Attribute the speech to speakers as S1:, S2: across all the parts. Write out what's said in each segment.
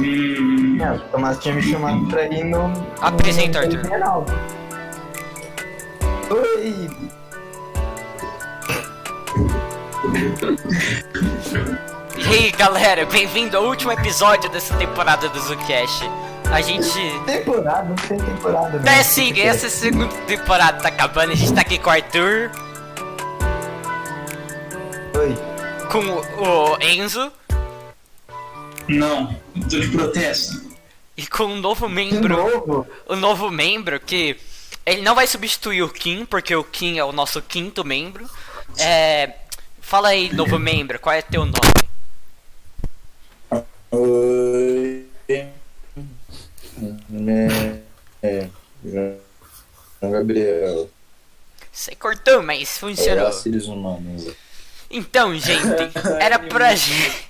S1: E.
S2: Não, o Tomás tinha me chamado pra ir no.
S3: Apresenta,
S2: no-
S3: Arthur.
S2: Geral. Oi!
S3: E aí, galera, bem-vindo ao último episódio dessa temporada do Zucast. A gente.
S2: Temporada, não tem temporada. né?
S3: É sim, essa segunda temporada tá acabando, a gente tá aqui com o Arthur,
S2: Oi.
S3: com o o Enzo
S1: Não, tô de protesto.
S3: e com um novo
S2: De
S3: membro.
S2: novo?
S3: O novo membro que. Ele não vai substituir o Kim, porque o Kim é o nosso quinto membro. É. Fala aí, novo membro, qual é teu nome?
S4: Oi. Meu nome é João Gabriel. é
S3: Você cortou, mas funcionou.
S4: Olá, seres humanos.
S3: Então, gente, era pra gente.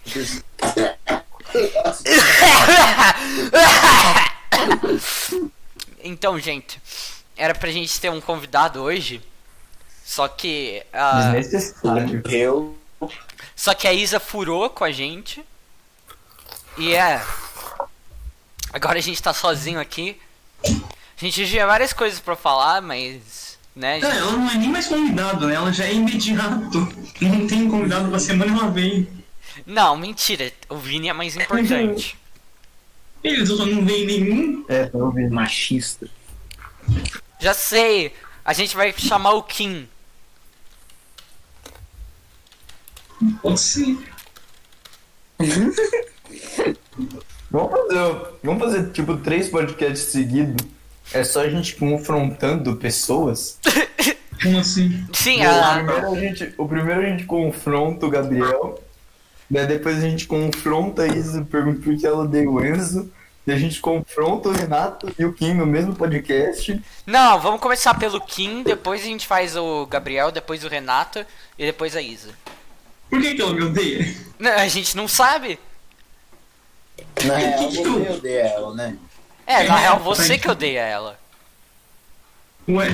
S3: então, gente, era pra gente ter um convidado hoje. Só que. ah,
S2: Desnecessário.
S4: Eu.
S3: só que a Isa furou com a gente. E é. Agora a gente tá sozinho aqui. A gente tinha várias coisas pra falar, mas. Né?
S1: Cara, ela não é nem mais convidado, né? Ela já é imediato. Não tem convidado pra semana e uma vez.
S3: Não, mentira. O Vini é mais importante.
S1: Eles só não vem nenhum.
S2: É, tô ouvindo.
S4: Machista.
S3: Já sei. A gente vai chamar o Kim.
S1: Pode ser.
S2: Vamos fazer, vamos fazer tipo três podcasts seguidos. É só a gente confrontando pessoas.
S1: Como assim?
S3: Sim, ah,
S2: O,
S3: a,
S2: primeiro a gente, o primeiro a gente confronta o Gabriel. Daí depois a gente confronta a Isa, pergunta por que ela odeia o Enzo. E a gente confronta o Renato e o Kim no mesmo podcast.
S3: Não, vamos começar pelo Kim, depois a gente faz o Gabriel, depois o Renato e depois a Isa.
S1: Por que, que ela me odeia?
S3: Não, a gente não sabe.
S4: Na real, você odeia ela, né?
S3: É, na
S1: É,
S3: real, você
S1: foi.
S3: que odeia ela.
S1: Ué,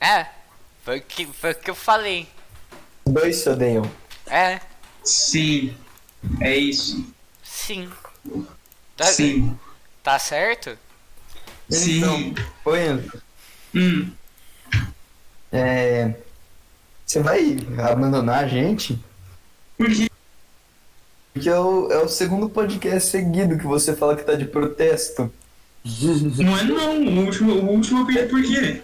S3: É, foi o que, foi o que eu falei.
S2: Dois se odeiam.
S3: É,
S1: sim. É isso.
S3: sim. Tá,
S1: Sim.
S3: tá certo?
S1: Sim.
S2: Então, ô Enzo,
S1: Hum.
S2: é, você vai abandonar a gente?
S1: Por que?
S2: Porque é o, é o segundo podcast seguido que você fala que tá de protesto.
S1: Não é não. O último, o último eu perdi por quê?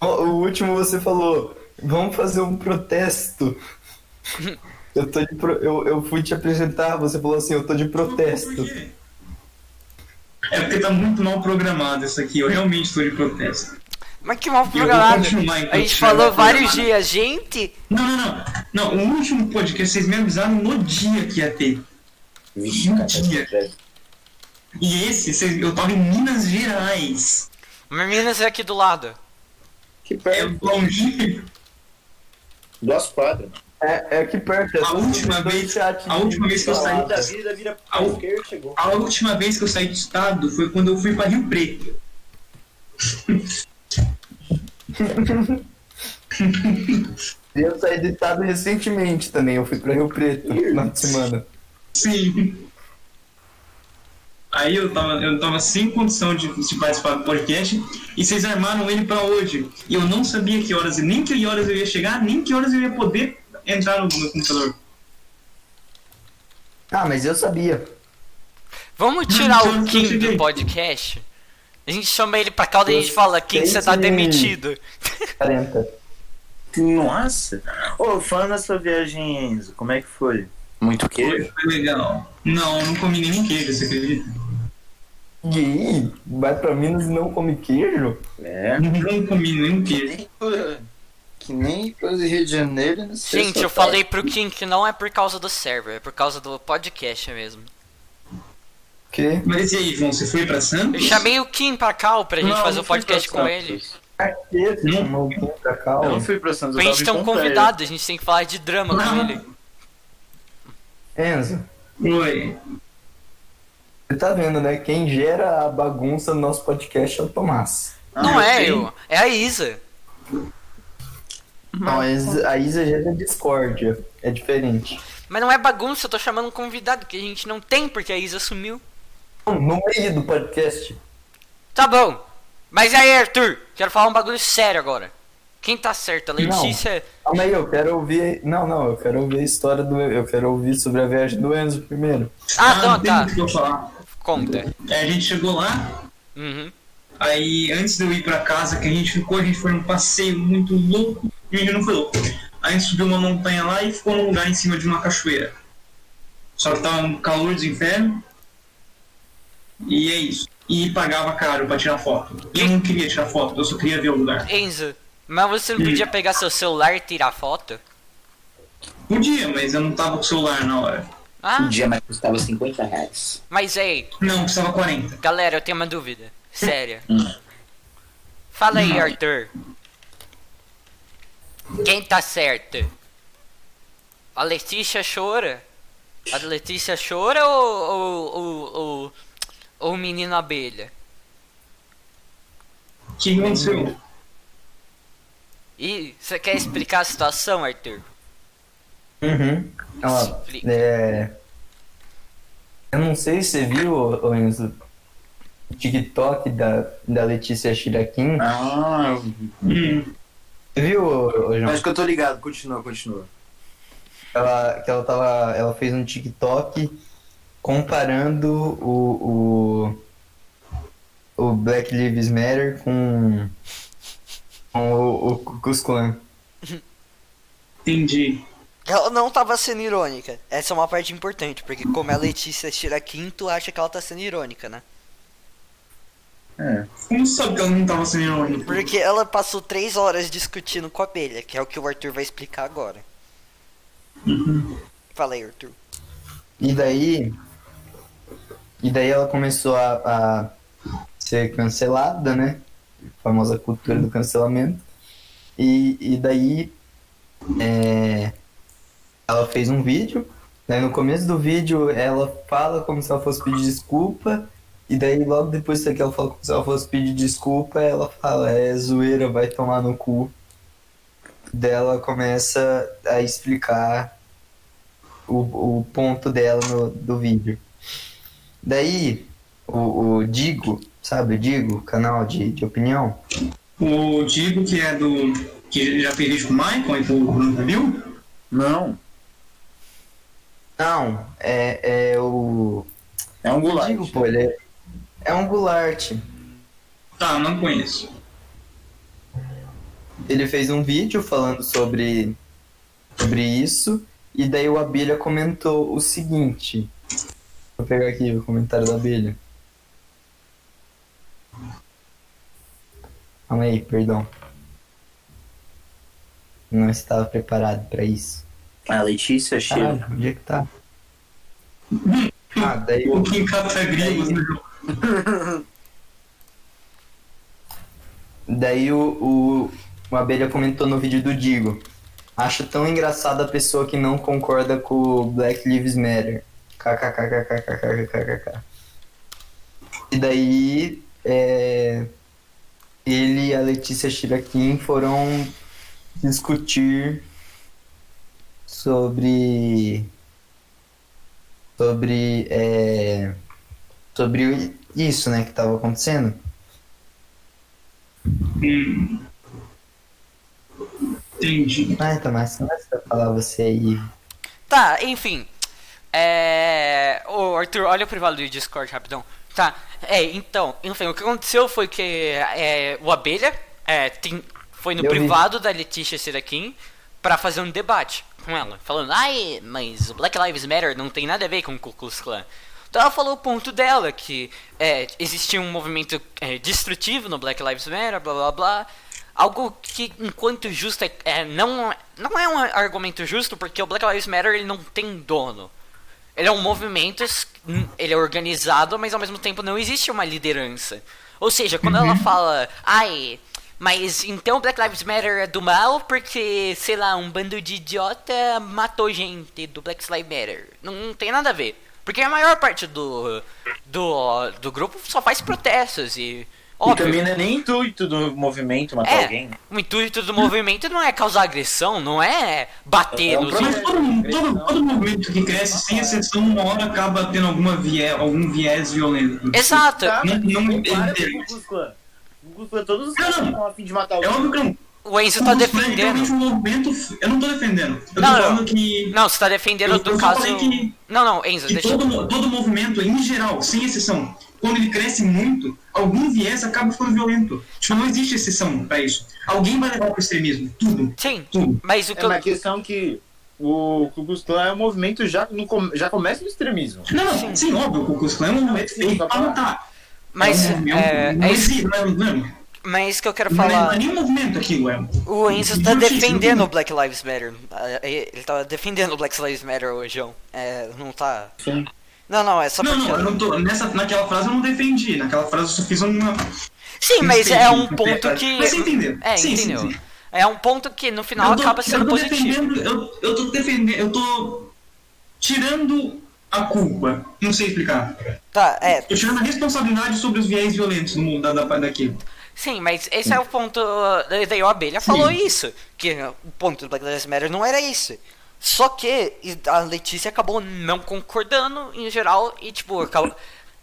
S2: O, o último você falou, vamos fazer um protesto. Eu, tô de pro- eu, eu fui te apresentar, você falou assim, eu tô de protesto.
S1: Por quê? É porque tá muito mal programado isso aqui. Eu realmente tô de protesto.
S3: Mas que mal
S1: vou
S3: programado.
S1: continuar enquanto
S3: A gente
S1: tiver
S3: falou
S1: programado.
S3: vários dias, gente.
S1: Não, não, não. Não, o último podcast vocês me avisaram no dia que ia ter.
S4: Vixe, cara, tá
S5: é
S4: acontecendo.
S1: E esse, vocês- eu tava em Minas Gerais.
S3: Meninas é aqui do lado.
S4: Que
S1: É
S4: perto.
S1: longe.
S4: Duas quadras.
S2: É, é aqui perto. é
S1: A última
S2: dois
S1: vez-
S2: chat
S1: a última vez que eu saí
S2: da-
S4: vida vira
S1: Au.
S4: esquerda, chegou.
S1: A última vez que eu saí do estado foi quando eu fui pra Rio Preto.
S2: Eu saí do estado recentemente também, eu fui pra Rio Preto no final de semana.
S1: Sim. Aí eu tava, eu tava sem condição de, de participar do podcast e vocês armaram ele pra hoje. E eu não sabia que horas, nem que horas eu ia chegar, nem que horas eu ia poder entrar no, no computador.
S2: Ah, mas eu sabia.
S3: Vamos tirar
S1: Hum,
S3: o Kim
S1: consegui.
S3: do podcast? A gente chama ele pra calda e a gente fala, Kim, você
S2: Vocês
S3: tá
S2: me-
S3: demitido.
S2: 40.
S5: Nossa! Ô, falando da sua viagem, Enzo, como é que foi?
S4: Muito queijo?
S1: Foi legal. Não, eu não comi nenhum queijo, você acredita?
S2: Gui, vai pra Minas e não come queijo?
S4: É.
S1: Não comi nenhum
S4: Que
S1: queijo.
S4: nem, que nem coisa de Rio de Janeiro, não sei
S3: Gente,
S4: se
S3: eu
S4: tá-
S3: falei pro Kim que não é por causa do server, é por causa do podcast mesmo.
S2: Que?
S1: Mas e aí, João, você foi pra
S3: Eu
S1: Santos?
S3: chamei o Kim pra cá pra gente
S5: Não,
S3: fazer
S5: não
S3: o
S5: fui
S4: tá
S3: podcast
S5: pra
S3: com
S5: Santos.
S3: ele.
S2: Esse
S1: Hum.
S2: maluco pra cá,
S5: Eu
S2: ó.
S5: não fui pra Santos,
S3: A
S5: eu
S3: gente
S5: tava
S3: tá
S5: em
S3: um
S5: Pompeia.
S3: convidado, a gente tem que falar de drama com
S1: Não.
S3: ele.
S2: Enzo,
S1: Oi.
S2: você tá vendo, né? Quem gera a bagunça no nosso podcast é o Tomás.
S4: Ah,
S3: Não é
S1: sim.
S3: eu, é a Isa.
S2: Então, Não, a Isa- a Isa gera discórdia. É diferente.
S3: Mas não é bagunça, eu tô chamando um convidado que a gente não tem porque a Isa sumiu.
S2: No meio do podcast.
S3: Tá bom. Mas aí, Arthur, quero falar um bagulho sério agora. Quem tá certo? A Letícia.
S2: Calma aí, eu quero ouvir. Não, não, eu quero ouvir a história do. Eu quero ouvir sobre a viagem do Enzo primeiro.
S3: Ah,
S1: não
S3: não,
S1: tem
S3: tá.
S1: muito o que eu falar.
S3: Conta.
S1: É, a gente chegou lá,
S3: Uhum.
S1: aí antes de eu ir pra casa, que a gente ficou, a gente foi num passeio muito louco, e o menino foi louco. Aí a gente subiu uma montanha lá e ficou num lugar em cima de uma cachoeira. Só que tava um calor dos inferno. E é isso. E pagava caro pra tirar foto. Eu não queria tirar foto, eu só queria ver o lugar.
S3: Enzo, mas você não
S1: Hum.
S3: podia pegar seu celular e tirar foto?
S1: Podia, mas eu não tava com o celular na hora.
S3: Ah,
S4: Um dia mais custava 50 reais.
S3: mas aí,
S1: Não, precisava 40.
S3: galera, eu tenho uma dúvida. Séria.
S4: Hum.
S3: Fala aí, Arthur. Quem tá certo? A Letícia chora? A Letícia chora ou, ou, ou, ou, ou o menino abelha?
S1: O que aconteceu?
S3: E você quer explicar a situação, Arthur?
S2: Uhum. Ó,
S3: Explica.
S2: é... Eu não sei se você viu, ô- ô Enzo, o TikTok da, da Letícia Shirakin.
S5: Ah,
S1: Hum.
S2: Você viu, ô, ô,
S5: eu
S2: João?
S5: acho que eu tô ligado. Continua, continua.
S2: Ela, que ela, tava, ela fez um TikTok comparando o, o, o Black Lives Matter com, com o, o Ku Klux Klan.
S1: Entendi.
S6: Ela não tava sendo irônica. Essa é uma parte importante, porque como a Letícia tira quinto, acha que ela tá sendo irônica, né?
S1: Como você sabe que ela não tava sendo irônica?
S6: Porque ela passou três horas discutindo com a abelha, que é o que o Arthur vai explicar agora. Fala aí, Arthur.
S2: E daí. E daí ela começou a, a ser cancelada, né? Famosa cultura do cancelamento. E, e daí. é, ela fez um vídeo. Daí no começo do vídeo ela fala como se ela fosse pedir desculpa. E daí logo depois que ela fala como se ela fosse pedir desculpa, ela fala, é zoeira, vai tomar no cu. Daí ela começa a explicar o, o ponto dela no, do vídeo. Daí, o, o Digo, sabe o Digo, canal de, de opinião?
S1: O Diego, que é do. que já fez vídeo com o Michael e com o Bruno viu?
S5: Não,
S2: Não, é, é o.
S5: é um
S2: o
S5: gulag.
S4: né?
S2: Digo, pô, ele é, é um Goulart.
S1: Tá, não conheço.
S2: Ele fez um vídeo falando sobre, sobre isso, e daí o Abelha comentou o seguinte. Vou pegar aqui o comentário da Abelha. Calma aí, perdão. Não estava preparado para isso.
S5: A Ah, Letícia chega.
S2: Caralho, onde é que tá? Ah, daí
S1: O Kim Catagrilos no jogo.
S2: Daí o, o, o Abelha comentou no vídeo do Digo. Acho tão engraçado a pessoa que não concorda com o Black Lives Matter. KKKKKKKKKKK. E daí é, ele e a Letícia Shirakin foram discutir sobre sobre é, sobre isso né que estava acontecendo
S1: Hum. Entendi.
S2: Ai, Tomás, começa a falar você aí.
S3: Tá, enfim. É. Ô, Arthur, olha o privado do Discord rapidão. Tá, é, então, enfim, o que aconteceu foi que é, o Abelha é, tem- foi no
S2: Eu vi.
S3: privado da Letícia Seraquim pra fazer um debate com ela, falando, ai, mas o Black Lives Matter não tem nada a ver com o Ku Klux Klan. Então ela falou o ponto dela, que é, existia um movimento é, destrutivo no Black Lives Matter, blá blá blá. Algo que, enquanto justo, é, é, não, não é um argumento justo, porque o Black Lives Matter ele não tem dono. Ele é um movimento, es- ele é organizado, mas ao mesmo tempo não existe uma liderança. Ou seja, quando ela fala, ai, mas então Black Lives Matter é do mal porque, sei lá, um bando de idiota matou gente do Black Lives Matter. Não, não tem nada a ver. Porque a maior parte do, do, do grupo só faz protestos e
S5: E
S3: Óbvio,
S5: também não é nem intuito do movimento matar
S3: É.
S5: alguém.
S3: o intuito do movimento não é causar agressão, não é bater
S4: É um
S3: nos
S4: problema.
S1: Mas
S3: outros.
S1: todo, mundo- todo, todo movimento que cresce, sem exceção, uma hora acaba tendo alguma vie, algum viés violento.
S3: Exato.
S1: Não- não-
S5: Não para
S1: ele-
S5: com o Cusco. O Cusco, todos os
S1: Não,
S5: caras
S1: não.
S5: estão a fim de matar
S1: É
S5: alguém.
S1: óbvio que não.
S3: O Enzo tá
S1: Mas, realmente,
S3: defendendo.
S1: o movimento. Eu não tô defendendo. Eu tô
S3: Não,
S1: falando
S3: não.
S1: que.
S3: Não, você tá defendendo
S1: Eu-
S3: do
S1: eu só
S3: caso.
S1: falei que-
S3: Não, não, Enzo,
S1: que
S3: deixa
S1: todo, mo- todo movimento, em geral, sem exceção, quando ele cresce muito, algum viés acaba ficando violento. Tipo, não existe exceção pra isso. Alguém vai levar pro extremismo. Tudo.
S3: Sim,
S1: Tudo.
S3: mas o que
S4: É
S3: eu.
S4: uma questão que o Ku Klux Klan é um movimento já, no com- já começa no extremismo.
S1: Não, não, sim, óbvio, o Ku Klux Klan é um movimento
S4: Sim,
S1: feito
S4: tá
S1: pra
S4: bom.
S1: lutar.
S3: Mas
S1: é, um- é um-
S3: é,
S1: não
S3: é isso,
S1: existe, não é, não é-
S3: mas é isso que eu quero
S1: não é- não é
S3: falar.
S1: nenhum movimento aquilo, é.
S6: O Enzo tá
S1: Idiotice,
S6: defendendo
S1: não
S6: o Black Lives Matter. Ah, Ele ele tá defendendo o Black Lives Matter hoje, João. É, não tá.
S5: Sim.
S6: Não, não, é só
S1: Não,
S6: porque.
S1: não, eu não tô. Nessa, naquela frase eu não defendi. Naquela frase eu só fiz uma.
S3: Sim,
S1: um
S3: mas é um
S1: statement,
S3: ponto
S1: né?
S3: que.
S1: Mas você entendeu.
S3: É,
S1: Sim, sim,
S3: entendeu.
S1: sim.
S3: É um ponto que no final
S1: Eu tô-
S3: acaba
S1: eu
S3: sendo
S1: tô
S3: positivo.
S1: defendendo- Eu, eu tô defendendo. Eu tô tirando a culpa. Não sei explicar.
S6: Tá, é.
S1: Tô tirando a responsabilidade sobre os viés violentos do mundo da, da, daqui.
S3: Sim, mas esse é o ponto. uh, Daí o Abelha falou isso. Que o ponto
S6: O Black Lives Matter não era isso. Só que e a Letícia acabou
S3: não concordando em geral e tipo, acabou-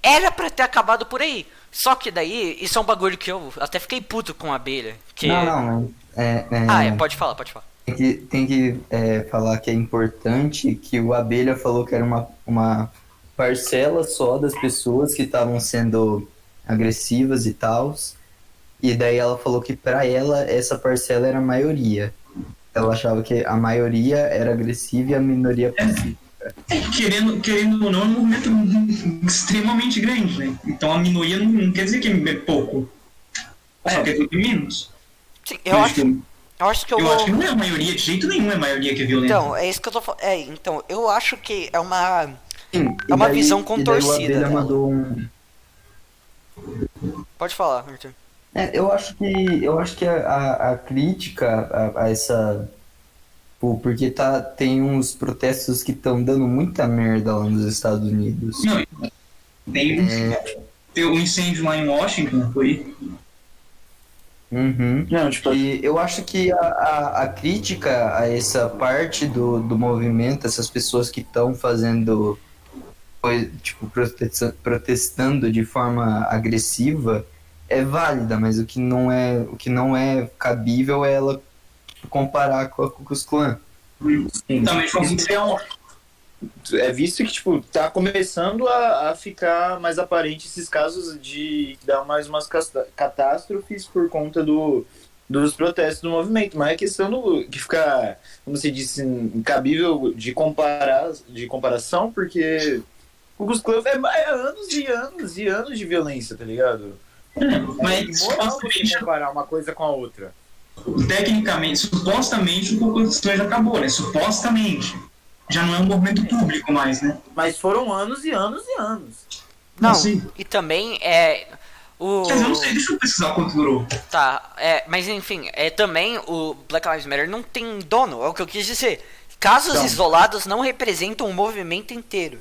S3: era pra ter acabado por aí. Só que daí, isso é um bagulho que eu até fiquei puto com a abelha. Que...
S2: Não, não, mas é, é,
S3: Ah, é, pode falar, pode falar.
S2: tem que, tem que é, falar que é importante que o Abelha falou que era uma, uma parcela só das pessoas que estavam sendo agressivas e tals. E daí ela falou que pra ela essa parcela era a maioria. Ela achava que a maioria era agressiva e a minoria passiva.
S1: É. Querendo, querendo ou não, é um movimento extremamente grande, né? Então a minoria não, não quer dizer que é pouco. Só quer dizer que é menos.
S6: Sim, eu acho,
S1: que,
S6: eu acho que eu,
S1: eu
S6: vou.
S1: acho que não é a maioria, de jeito nenhum é a maioria que é violenta.
S6: Então, é isso que eu tô falando. É, então, eu acho que é uma.
S2: Sim, e
S6: É uma
S2: daí-
S6: visão
S2: e daí
S6: contorcida né?
S2: o Abelha
S6: dela.
S2: mandou um.
S6: Pode falar, Arthur.
S2: É, eu acho que eu acho que a, a- a crítica a, a essa pô, porque tá tem uns protestos que estão dando muita merda lá nos Estados Unidos.
S1: Não, tem, um, tem um incêndio lá em Washington, foi.
S2: Uhum.
S5: Não, tipo,
S2: E eu acho que a, a- a crítica a essa parte do, do movimento, essas pessoas que estão fazendo, coi- tipo, protesta- protestando de forma agressiva, é válida, mas o que não é, o que não é cabível é ela tipo, comparar com a Ku Klux Klan.
S1: Também foi um incêndio.
S4: É visto que, tipo, tá começando a, a ficar mais aparente esses casos de dar mais umas cas- catástrofes por conta do, dos protestos do movimento. Mas é questão do, de ficar, como se disse, incabível de, comparar, de comparação, porque o Klux Klan é, é anos e anos e anos de violência, tá ligado? É
S1: Mas
S4: imoral você
S1: supostamente,
S4: comparar uma coisa com a outra.
S1: tecnicamente, supostamente o Constituição já acabou, né? Supostamente. Já não é um movimento público mais, né?
S4: Mas foram anos e anos e anos.
S3: Não,
S1: sei.
S3: e também é. O...
S1: Mas eu não sei, deixa eu pesquisar quanto durou.
S3: Tá, é, mas enfim, é, também o Black Lives Matter não tem dono, é o que eu quis dizer. Casos
S1: Não.
S3: isolados não representam o movimento inteiro.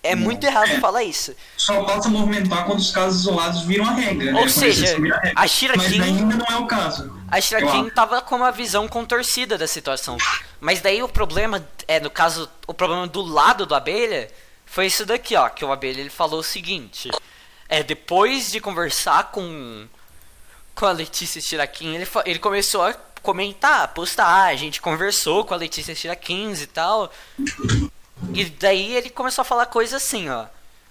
S3: É muito errado falar isso.
S1: Só passa a movimentar quando os casos isolados viram a regra, né?
S3: Ou
S1: Quando
S3: seja,
S1: isso vira a regra.
S3: a Shira
S1: Mas
S3: King
S1: ainda não é o caso.
S3: A Shira
S1: Eu
S3: King
S1: acho.
S3: tava com uma visão contorcida da situação. Mas daí o problema, é, no caso, o problema do lado do abelha foi isso daqui, ó. Que o abelha ele falou o seguinte. É, depois de conversar com, com a Letícia Shirakin, ele, fa- ele começou a comentar, a postar, "Ah, a gente conversou com a Letícia Shirakin e tal. E daí ele começou a falar coisa assim, ó.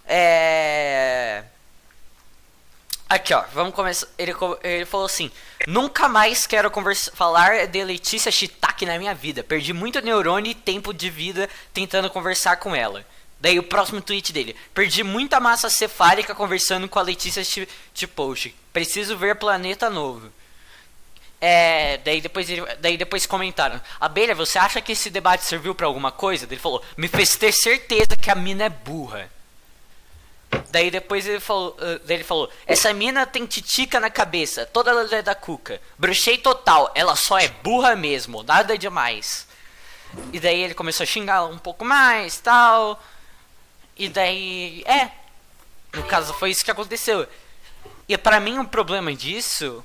S3: É. Aqui, ó, vamos começar. Ele, co- ele falou assim: Nunca mais quero conversa- falar de Letícia Shiitake na minha vida. Perdi muito neurônio e tempo de vida tentando conversar com ela. Daí o próximo tweet dele: Perdi muita massa cefálica conversando com a Letícia Shi- Shiposhi. Preciso ver planeta novo. É, daí depois, ele- daí depois comentaram: Abelha, você acha que esse debate serviu pra alguma coisa? Daí Ele falou: Me fez ter certeza que a mina é burra. Daí depois ele falou, ah, daí ele falou: Essa mina tem titica na cabeça, toda ela é da cuca. Bruxei total, ela só é burra mesmo, nada demais. E daí ele começou a xingar um pouco mais tal. E daí. É. No caso foi isso que aconteceu. E pra mim, um problema disso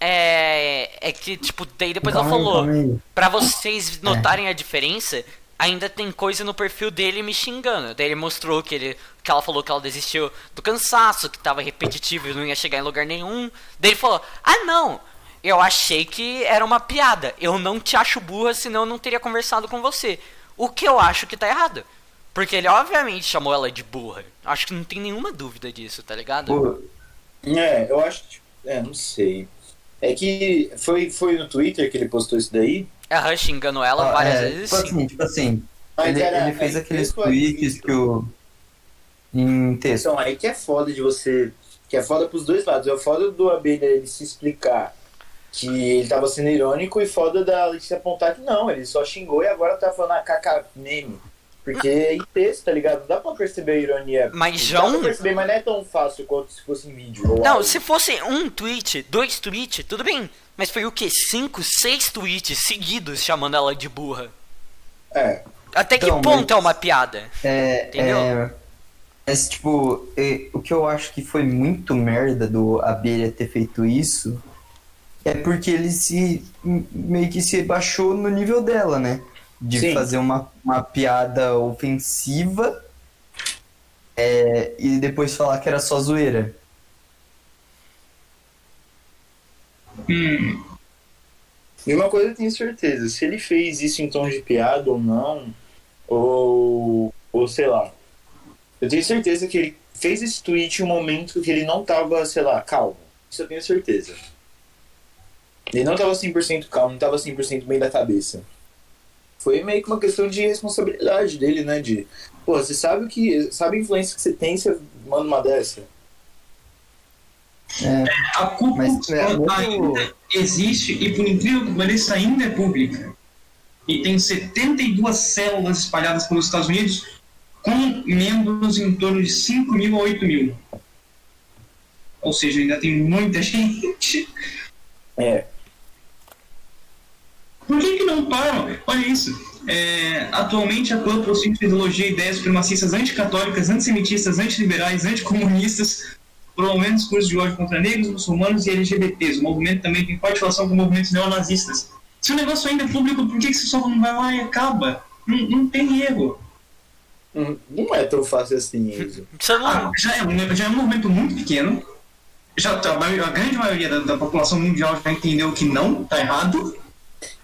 S3: é, é que, tipo, daí depois ela
S2: Calma aí,
S3: falou:
S2: calma aí.
S3: pra vocês notarem a diferença, ainda tem coisa no perfil dele me xingando. Daí ele mostrou que, ele, que ela falou que ela desistiu do cansaço, que tava repetitivo e não ia chegar em lugar nenhum. Daí ele falou: ah, não! Eu achei que era uma piada. Eu não te acho burra, senão eu não teria conversado com você. O que eu acho que tá errado. Porque ele obviamente chamou ela de burra. Acho que não tem nenhuma dúvida disso, tá ligado?
S2: Pô,
S4: É, eu acho que. tipo, É, não sei. É que foi, foi no Twitter que ele postou isso daí.
S3: A Rush enganou ela
S2: ó,
S3: várias
S2: é,
S3: vezes.
S2: tipo
S3: sim.
S2: assim, tipo assim,
S4: Mas
S2: ele,
S4: era-
S2: ele fez
S4: é
S2: aqueles
S4: textualista.
S2: tweets que o. Em texto.
S4: Então, aí que é foda de você. Que é foda pros dois lados. É foda do Abelha ele se explicar que ele tava sendo irônico e foda da Letícia apontar que não, ele só xingou e agora tá falando a caca meme. Porque é em texto, tá ligado? Não dá pra perceber a ironia.
S3: Mas
S4: Dá
S3: já
S4: pra
S3: um-
S4: perceber, mas não é tão fácil quanto se fosse em vídeo. ou
S3: Não,
S4: áudio.
S3: se fosse um tweet, dois tweets, tudo bem. Mas foi o quê? Cinco, seis tweets seguidos chamando ela de burra.
S4: É.
S3: Até que
S2: Então,
S3: ponto
S2: mas-
S3: é uma piada?
S2: É,
S3: Entendeu?
S2: é, mas, tipo, é, o que eu acho que foi muito merda do Abelha ter feito isso é porque ele se m- meio que se baixou no nível dela, né? De
S4: Sim.
S2: fazer uma, uma piada ofensiva é, e depois falar que era só zoeira.
S1: Hum,
S4: E uma coisa eu tenho certeza, se ele fez isso em tom de piada ou não, ou, ou sei lá. Eu tenho certeza que ele fez esse tweet em um momento que ele não tava, sei lá, calmo. Isso eu tenho certeza. Ele não tava 100% calmo, não tava 100% bem da cabeça. Foi meio que uma questão de responsabilidade dele, né? De, pô, você sabe o que. Sabe a influência que você tem, você manda uma dessa?
S1: a culpa
S2: Mas é muito-
S1: ainda existe e, por incrível que pareça, ainda é pública. E tem 72 células espalhadas pelos Estados Unidos com membros em torno de 5 mil a 8 mil. Ou seja, ainda tem muita gente.
S4: É.
S1: Por que, que não param? Olha isso. É, atualmente a PAN possui ideologia e ideias supremacistas anticatólicas, antissemitistas, antiliberais, anticomunistas, promovendo discursos de ódio contra negros, muçulmanos e LGBTs. O movimento também tem forte relação com movimentos neonazistas. Se o negócio ainda é público, por que, que você só não vai lá e acaba? Não, não tem erro.
S4: Não- Não é tão fácil assim, Enzo.
S3: Você
S1: Ah,
S3: não...
S1: já, é, um- já é um movimento muito pequeno. Já, tá- a grande maioria da, da população mundial já entendeu que não, tá errado.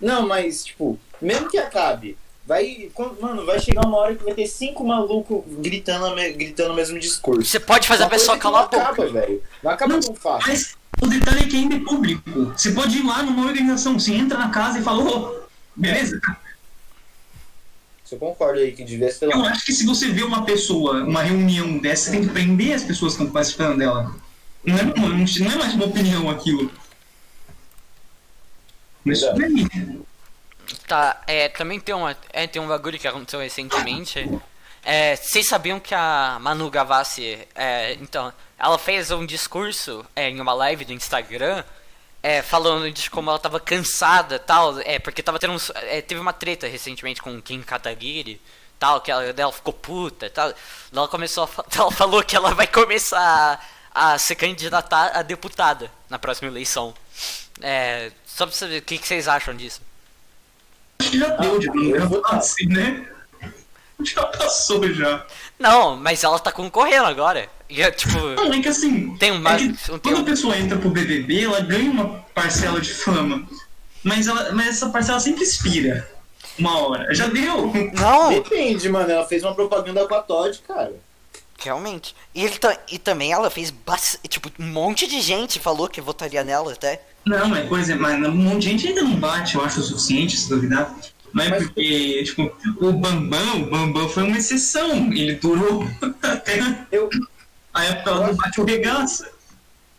S4: Não, mas, tipo, mesmo que acabe, vai. com- Mano, vai chegar uma hora que vai ter cinco malucos gritando, a me- gritando o mesmo discurso.
S3: Você pode fazer
S4: Uma
S3: a pessoa
S4: coisa que
S3: calar a
S4: não
S3: boca.
S4: acaba, velho. Não acaba tão fácil.
S1: Mas o detalhe é que ainda é público. Você pode ir lá numa organização, você entra na casa e fala, ô, beleza?
S4: Você concorda aí que devia ser
S1: Eu
S4: lá.
S1: acho que se você vê uma pessoa, uma reunião dessa, você tem que prender as pessoas que estão participando dela. Não é, uma- não é mais uma opinião aquilo. Mas tudo bem.
S3: Tá, é, também tem, uma, é, tem um bagulho que aconteceu recentemente. É, vocês sabiam que a Manu Gavassi, é, então, ela fez um discurso é, em uma live do Instagram, é, falando de como ela tava cansada e tal, é, porque tava tendo uns- é, teve uma treta recentemente com o Kim Kataguiri, tal, que ela, daí ela ficou puta e tal. Daí Ela começou a, fa- ela falou que ela vai começar a, a se candidatar a deputada na próxima eleição. É, só pra saber o que, que vocês acham disso.
S1: Acho que já deu de
S4: Ah, eu
S1: não
S4: vou dar.
S1: assim, né? Já passou já.
S3: Não, mas ela tá concorrendo agora. E é tipo.
S1: Não, é que assim.
S3: Tem uma-
S1: é que
S3: tem
S1: quando
S3: um-
S1: a pessoa entra pro BBB, ela ganha uma parcela de fama. Mas, ela, mas essa parcela sempre expira. Uma hora. Já deu.
S6: Não,
S4: Depende, mano. Ela fez uma propaganda com a Todd, cara.
S6: realmente. E, ele ta- e também ela fez bas- tipo, um monte de gente falou que votaria nela até.
S1: Não, mas por exemplo, mas um monte de gente ainda não bate, eu acho o suficiente, se duvidar. Mas é porque, tipo, o Bambam, o Bambam foi uma exceção. Ele durou até
S4: Eu
S1: a época ela não bate o regaça.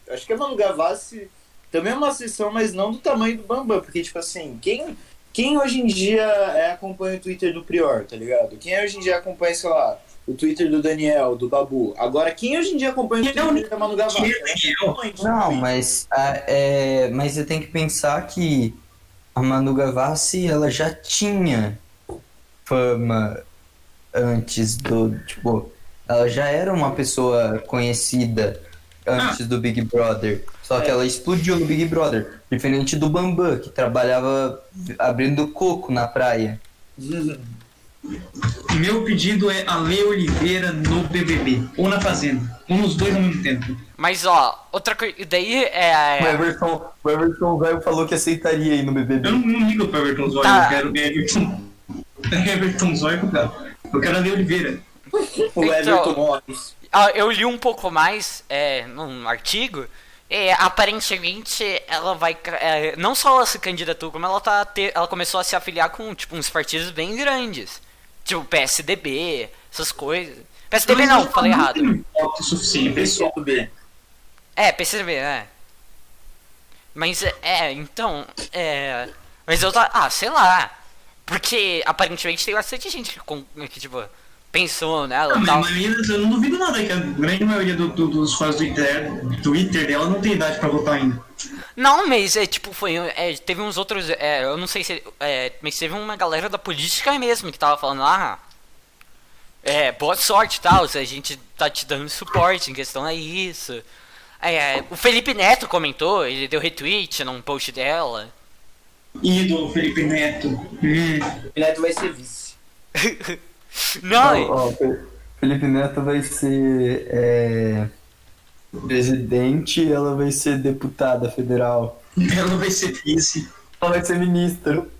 S4: acho que a Manu Gavassi também é uma sessão, mas não do tamanho do Bambam. Porque, tipo assim, quem, quem hoje em dia é, acompanha o Twitter do Prior, tá ligado? Quem hoje em dia acompanha, sei lá, o Twitter do Daniel, do Babu. Agora, quem hoje em dia acompanha o
S1: Quem é o
S4: Twitter da Manu Gavassi?
S1: Quem é o Daniel?
S2: Não, mas, ah, é, mas você tem que pensar que a Manu Gavassi ela já tinha fama antes do. Tipo, ela já era uma pessoa conhecida antes do Big Brother. Só que ela explodiu no Big Brother. Diferente do Bambam, que trabalhava abrindo coco na praia.
S1: Meu pedido é Ale Oliveira no BBB. Ou na Fazenda. Ou nos dois ao mesmo tempo.
S3: Mas ó, outra coisa. Daí é.
S2: O Everton, o Everton velho falou que aceitaria ir no
S1: Eu
S2: BBB.
S1: não, não ligo pra Everton Zóio.
S3: Tá.
S1: Eu quero Everton. Everton Zóio, cara. Eu quero Ale Oliveira.
S4: O
S3: Então-
S4: Everton Gomes.
S3: Ah, eu li um pouco mais é, num artigo. E, aparentemente ela vai. cra- é, não só ela se candidatou, como ela tá. te- ela começou a se afiliar com tipo, uns partidos bem grandes. Tipo PSDB, essas coisas. PSDB
S1: Mas
S3: não,
S1: ela
S3: falei
S1: não
S3: errado.
S1: tem voto suficiente.
S4: Pessoal B.
S3: É, PCB, é. Mas é, é, então, é. Mas eu tá. Ah, sei lá. Porque aparentemente tem bastante gente que, con- que tipo, pensou nela
S1: Ah,
S3: e
S1: mas
S3: tal.
S1: a maioria, eu não duvido nada que a grande maioria do- do- dos fãs do Twitter, Twitter dela não tem idade pra votar ainda.
S3: Não, mas é tipo, foi. é, teve uns outros. é, eu não sei se. é, mas teve uma galera da política mesmo que tava falando, ah. É, boa sorte e tal, se a gente tá te dando suporte em questão a isso. É, o Felipe Neto comentou, ele deu retweet num post dela.
S1: Ídolo, Felipe Neto. Hum.
S4: O Neto vai ser vice.
S3: Não, e-
S2: Ó, ó, Fe- Felipe Neto vai ser é, presidente e ela vai ser deputada federal.
S1: Ela vai ser vice.
S2: Ela vai ser ministro.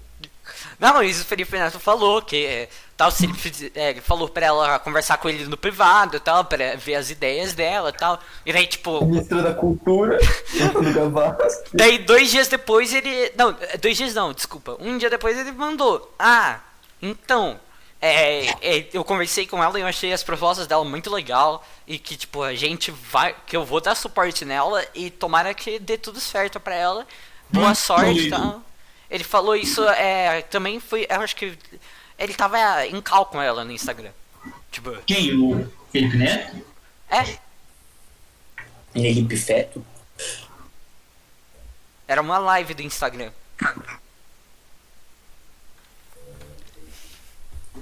S3: Não, mas o Felipe Neto falou que é, tal, se ele, fiz- é, ele falou pra ela conversar com ele no privado e tal, pra ver as ideias dela e tal. E daí, tipo,
S2: Ministro da Cultura, do Gavassi.
S3: daí dois dias depois ele. Não, é, dois dias não, desculpa. Um dia depois ele mandou. Ah, então. é, é, eu conversei com ela e eu achei as propostas dela muito legal. E que, tipo, a gente vai. Que eu vou dar suporte nela e tomara que dê tudo certo pra ela. Boa
S1: Hum,
S3: sorte
S1: doido.
S3: e tal. Ele falou isso, é, também foi, eu acho que ele tava em cal com ela no Instagram. Tipo,
S1: Quem? O Felipe Neto?
S3: é,
S4: Felipe Feto.
S3: era uma live do Instagram.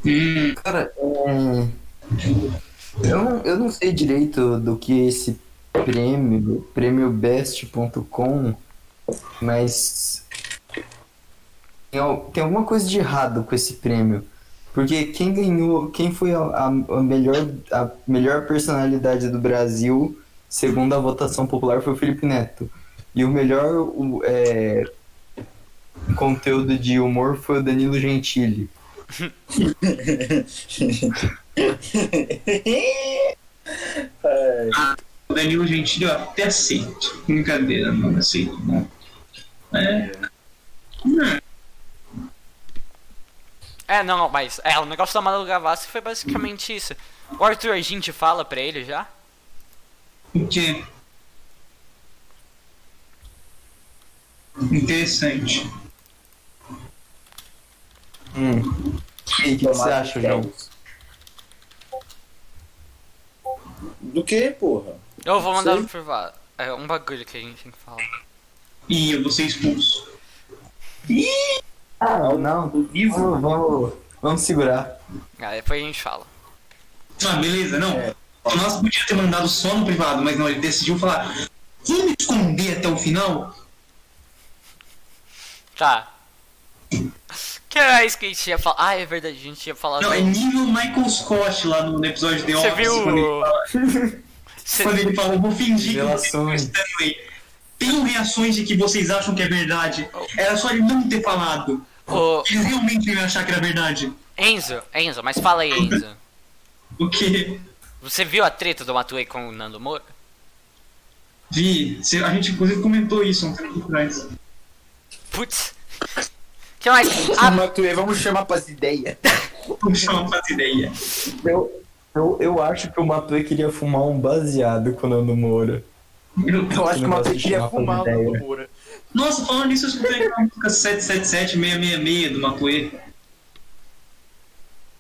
S1: Hum.
S2: Cara, hum, eu, não- eu não sei direito do que esse prêmio, prêmiobest.com, mas tem, al- tem alguma coisa de errado com esse prêmio. Porque quem ganhou, quem foi a, a- a melhor, a melhor personalidade do Brasil, segundo a votação popular, foi o Felipe Neto. E o melhor o, é, conteúdo de humor foi o Danilo Gentili.
S1: O Danilo Gentili eu até aceito. Brincadeira, não aceito. Não. É. Não,
S3: É, não, não, mas é, o negócio da Manu Gavassi foi basicamente isso. O Arthur, a gente fala pra ele já?
S1: Porque. Interessante.
S2: Hum. E aí, o que, que você acha, João?
S4: Do que, porra?
S3: Eu vou mandar
S4: Sim.
S3: no privado. É um bagulho que a gente tem que falar.
S1: E eu vou ser expulso.
S2: Ah, não. Vamos, vamos, vamos segurar.
S3: Ah, depois a gente fala.
S1: Ah, beleza, não. Nós podíamos ter mandado só no privado, mas não, ele decidiu falar. Vamos esconder até o final?
S3: Tá. que mais que a gente ia falar? Ah, é verdade, a gente ia falar.
S1: Não, é
S3: do-
S1: nível Michael Scott lá no no episódio de
S3: Você
S1: Office.
S3: viu.
S1: Quando ele,
S3: Você-
S1: quando ele falou, vou fingir que você é o
S2: Revelações.
S1: Stanley. Tenham reações de que vocês acham que é verdade. Era só ele não ter falado.
S3: o
S1: Eles realmente iam achar que era verdade.
S3: Enzo, Enzo, mas fala aí, Enzo.
S1: O que?
S3: Você viu a treta do Matuei com o Nando Moura?
S1: Vi, cê- a gente inclusive comentou isso há um tempo atrás.
S3: Putz. que mais?
S4: Ah,
S3: Ah,
S4: Matuê, vamos chamar pras ideias.
S1: Não chama pra ideia.
S2: Eu, eu, eu acho que o Matuê queria fumar um baseado com o Nando Moura.
S1: Meu
S4: Eu
S1: Deus.
S4: acho que o Matuê queria fumar
S2: Ideia.
S4: uma loucura.
S1: Nossa, falando nisso, eu escutei aquela música 777666 do Matuê.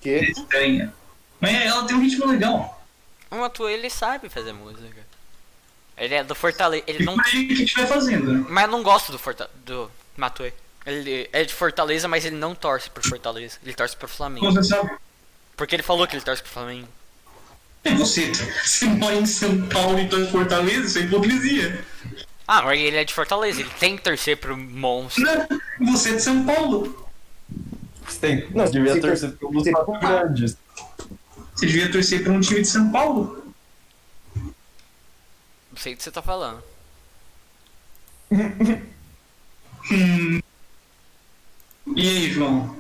S1: É
S4: Que?
S1: estranha. Mas ela tem um ritmo legal.
S3: o Matuei ele sabe fazer música. Ele é do Fortaleza. Ele
S1: E
S3: não.
S1: pra ele que estiver fazendo, né?
S3: Mas eu não gosto do Forta... do Matuei. Ele é de Fortaleza, mas ele não torce pro Fortaleza. Ele torce pro
S1: Como
S3: Flamengo.
S1: você sabe?
S3: Porque ele falou que ele torce pro Flamengo.
S1: Você, você mora em São Paulo e tá em Fortaleza, isso é hipocrisia.
S3: Ah, mas ele é de Fortaleza, ele tem que torcer pro monstro.
S1: Não, você é de São Paulo.
S2: Você tem,
S4: Não,
S2: devia
S4: você
S2: torcer
S4: tem-
S2: pelo Gustavo Grandes.
S1: Você devia torcer pra um time de São Paulo.
S3: Não sei o que você tá falando.
S1: E aí, João?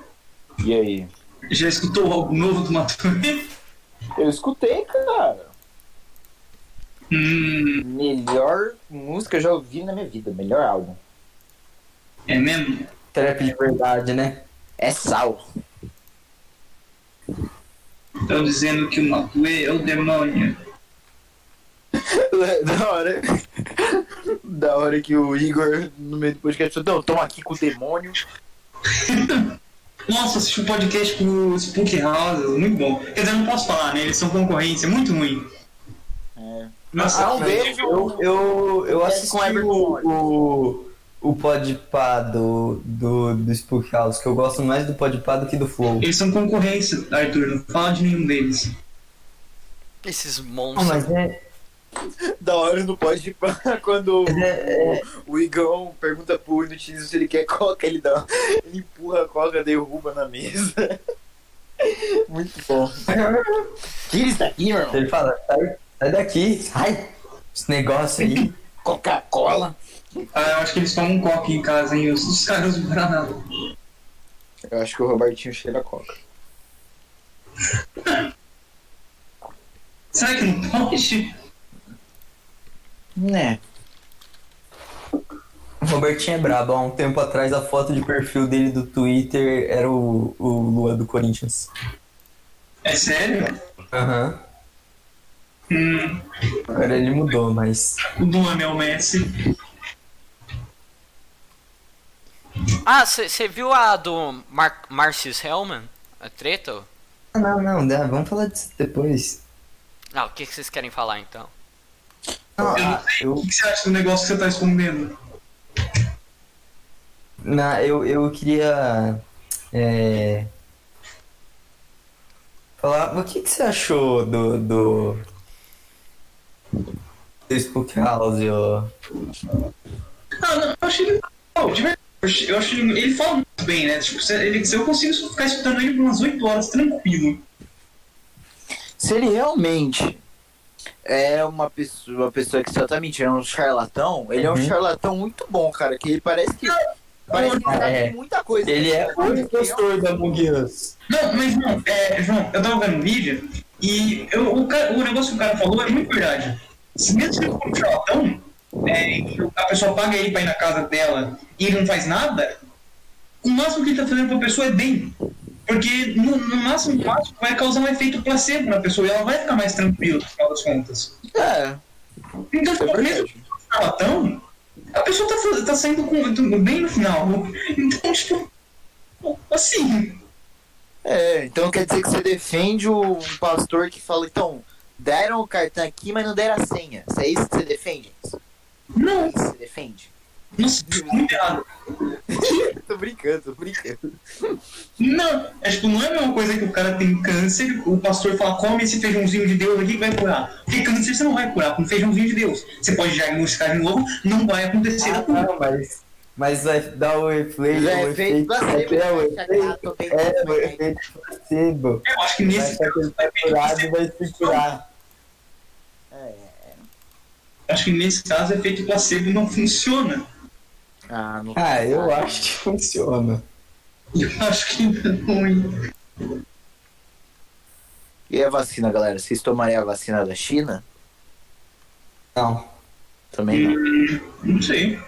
S4: E aí?
S1: Já escutou algo novo do Matuê?
S4: Eu escutei, cara.
S1: Hum,
S4: Melhor música que eu já ouvi na minha vida. Melhor álbum.
S1: é mesmo?
S2: Trap de verdade, né?
S4: É Sal.
S1: Estão dizendo que o Matuê é o demônio.
S4: da hora. da hora que o Igor, no meio do podcast, falou: Não, tamo aqui com o demônio.
S1: Nossa, assisti um podcast com o Spook House, muito bom. Quer dizer, eu não posso falar, né? Eles são concorrência, muito ruim.
S4: É.
S1: Nossa,
S4: Não
S1: eu-
S4: vejo.
S2: Eu, eu, eu
S4: É,
S2: assisti
S4: com Everton
S2: o, o, o Podpah do, do, do Spook House, que eu gosto mais do Podpah do que do Flow.
S1: Eles são concorrência, Arthur, não fala de nenhum deles.
S3: Esses
S2: Não,
S3: monstros.
S2: mas é,
S4: Da hora no pode quando
S2: mas é, é-
S4: o Igão pergunta pro Inutilismo se ele quer coca, ele dá. Ele empurra a coca, derruba na mesa. Muito bom. Tira isso daqui, meu irmão.
S2: Ele fala, sai, sai daqui, sai. Esse negócio aí.
S4: Coca-Cola.
S1: Ah, eu acho que eles tomam um coque em casa, hein? Os, os caras do Paraná.
S4: Eu acho que o Robertinho cheira a coca.
S1: Será que não pode?
S4: Né?
S2: O Robertinho é brabo. Há um tempo atrás, a foto de perfil dele do Twitter era o, o Lua do Corinthians.
S1: É sério?
S2: Aham.
S1: Hum,
S2: Agora ele mudou, mas.
S1: o Duan é o Messi.
S3: Ah, você viu a do Mar Marcius Hellman? A treta?
S2: Ah, Não, não, não, vamos falar disso depois.
S3: Ah, o que que vocês querem falar então?
S2: Não,
S1: Eu não
S2: ah, eu,
S1: O que que você acha do negócio que você tá escondendo?
S2: na, eu, eu queria. É, falar, o que, que você achou do. do. do Spook House, ô?
S1: Ah, não, eu achei ele. Pô, de verdade, eu achei- eu achei ele. Ele fala muito bem, né? Tipo, se, ele, se eu consigo ficar escutando ele por umas 8 horas tranquilo.
S4: Se ele realmente é uma pessoa, uma pessoa que só tá mentindo, é um charlatão, ele é um
S2: Uhum.
S4: charlatão muito bom, cara. Que ele parece que. Parece que
S2: Ah,
S4: sabe
S2: é.
S4: muita coisa.
S2: Ele é
S4: Ele um-
S2: o gestor da Among Us.
S1: Não, mas João, é, João, eu tava vendo um vídeo e eu- o, ca- o negócio que o cara falou é muito verdade. Se mesmo se ele for um charlatão, é, e a pessoa paga ele pra ir na casa dela e ele não faz nada, o máximo que ele tá fazendo pra pessoa é bem. Porque no, no máximo, no máximo vai causar um efeito placebo na pessoa e ela vai ficar mais tranquila no final das contas.
S4: É,
S1: Então,
S4: é
S1: tipo, mesmo
S4: verdade.
S1: charlatão, a pessoa tá, faz- tá saindo com, do- bem no final. Então, tipo, assim.
S4: É, então quer dizer que você defende o pastor que fala, então, deram o cartão aqui, mas não deram a senha. Isso é isso que você defende? Isso é
S1: Não,
S4: isso que você defende?
S1: nossa, muito errado.
S4: tô brincando, tô brincando.
S1: Não, é tipo, não é a mesma coisa que o cara tem câncer, o pastor fala, come esse feijãozinho de Deus aqui que vai curar. Porque câncer você não vai curar com feijãozinho de Deus. Você pode diagnosticar de novo, não vai acontecer.
S2: Ah, não, mas, mas vai dar o efeito.
S4: Já
S2: o um
S4: é feito
S2: efeito
S4: placebo,
S2: é o
S4: ele vai achar, ah,
S2: efeito.
S4: tô bem,
S2: É,
S4: tô
S2: o
S4: bem.
S2: efeito placebo.
S1: Eu acho que
S2: Vai
S1: nesse
S2: achar que ele tá curado e vai se curar.
S4: É,
S2: É,
S1: acho que nesse caso o efeito placebo não funciona.
S4: Ah, não
S2: Ah, eu acho que funciona.
S1: Eu acho que é não. hein?
S4: E a vacina, galera? Vocês tomariam a vacina da China?
S2: Não.
S4: Também não.
S1: Não sei.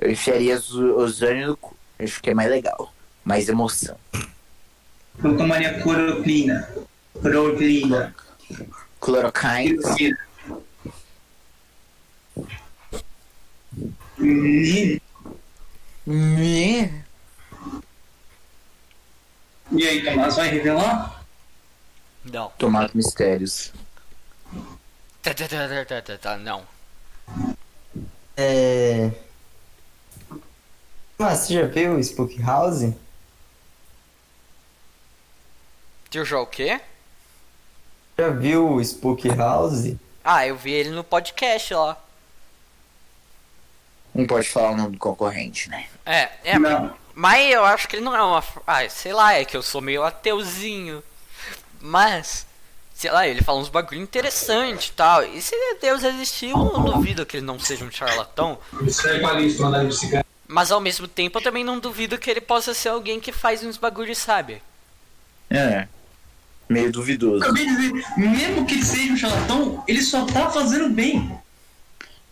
S4: Eu enfiaria zo- ozônio no cu. Acho que é mais legal. Mais emoção.
S1: Eu tomaria cloroquina. Cloroquina.
S4: Cloroquine.
S1: Cloroquina. Hum,
S4: Né?
S1: E aí, Tomás, vai revelar?
S3: Não.
S4: Tomate mistérios.
S3: Tá, tá, tá, tá, tá, tá, tá, Não.
S2: É. Mas você já viu o Spook House?
S3: Tio João, o quê?
S2: Já viu o Spook House?
S3: Ah, eu vi ele no podcast lá.
S4: Não pode falar o nome do concorrente, né?
S3: É, é, mas, mas eu acho que ele não é uma. Ah, sei lá, é que eu sou meio ateuzinho. Mas, sei lá, ele fala uns bagulho interessante e tal. E se Deus existiu, eu não duvido que ele não seja um charlatão.
S1: Isso é balista, andar de bicicleta.
S3: Mas ao mesmo tempo eu também não duvido que ele possa ser alguém que faz uns bagulhos, sabe?
S4: É. Meio duvidoso.
S1: Acabei de dizer, mesmo que ele seja um charlatão, ele só tá fazendo bem.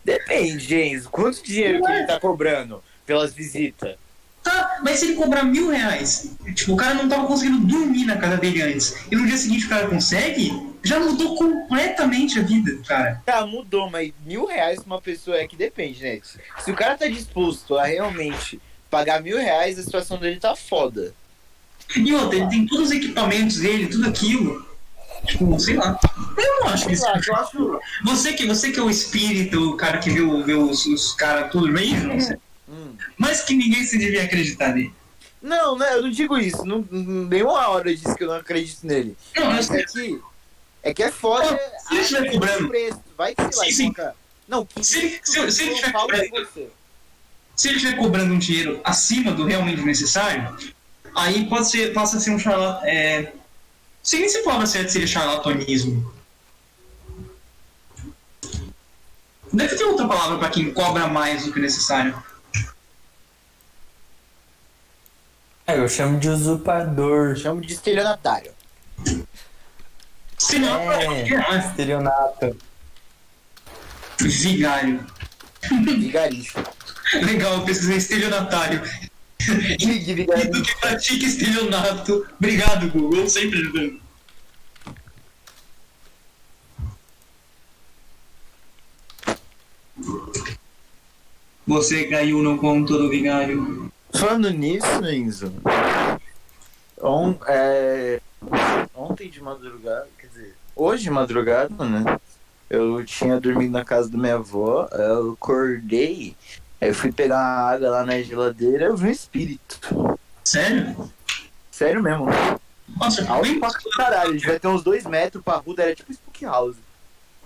S4: Depende, James. Quanto dinheiro que ele tá cobrando pelas visitas?
S1: Tá, mas se ele cobrar mil reais, tipo, o cara não tava conseguindo dormir na casa dele antes, e no dia seguinte o cara consegue, já mudou completamente a vida do cara.
S4: Tá, mudou, mas mil reais pra uma pessoa é que depende, né? Se o cara tá disposto a realmente pagar mil reais, a situação dele tá foda.
S1: E outra, ele tem todos os equipamentos dele, tudo aquilo. Tipo, sei lá. Ah, Eu não acho que isso.
S4: Eu acho.
S1: Você que, você que é o espírito, o cara que viu, viu os, os caras tudo mesmo, não sei.
S4: Hum.
S1: Mas que ninguém se devia acreditar nele.
S4: Não, né? Eu não digo isso. Não, não- nenhuma hora eu disse que eu não acredito nele.
S1: Não,
S4: Mas
S1: eu
S4: é que. É que é foda.
S1: Não, se ele estiver
S4: acha que
S1: cobrando.
S4: o preço. Vai que
S1: Sim,
S4: lá,
S1: sim.
S4: coloca. Não, que
S1: Se ele- se- se ele
S4: eu
S1: estiver
S4: falo pra
S1: cobrando.
S4: você.
S1: Se ele estiver cobrando um dinheiro acima do realmente necessário, aí pode ser, passa a ser um charlatão. É... Se nem se fala certo seria charlatanismo. Deve ter outra palavra pra quem cobra mais do que necessário.
S2: É, eu chamo de usurpador.
S4: Eu chamo de estelionatário.
S1: Se não,
S2: É.
S1: é
S2: Estelionato.
S1: vigário.
S4: Vigarista.
S1: Legal, eu pesquisei estelionatário.
S2: Ig,
S1: Do
S2: vigarista.
S1: que pratica estelionato. Obrigado, Google, sempre ajudando. Você caiu no conto do vigário.
S4: Falando nisso, Enzo. on- é, ontem de madrugada, quer dizer, hoje de madrugada, né? Eu tinha dormido na casa da minha avó, eu acordei, aí eu fui pegar a água lá na geladeira, eu vi um espírito.
S1: Sério?
S4: Sério mesmo.
S1: Nossa,
S4: Alto
S1: lembro,
S4: pra caralho, devia ter uns dois metros pra rua, era tipo Spook House.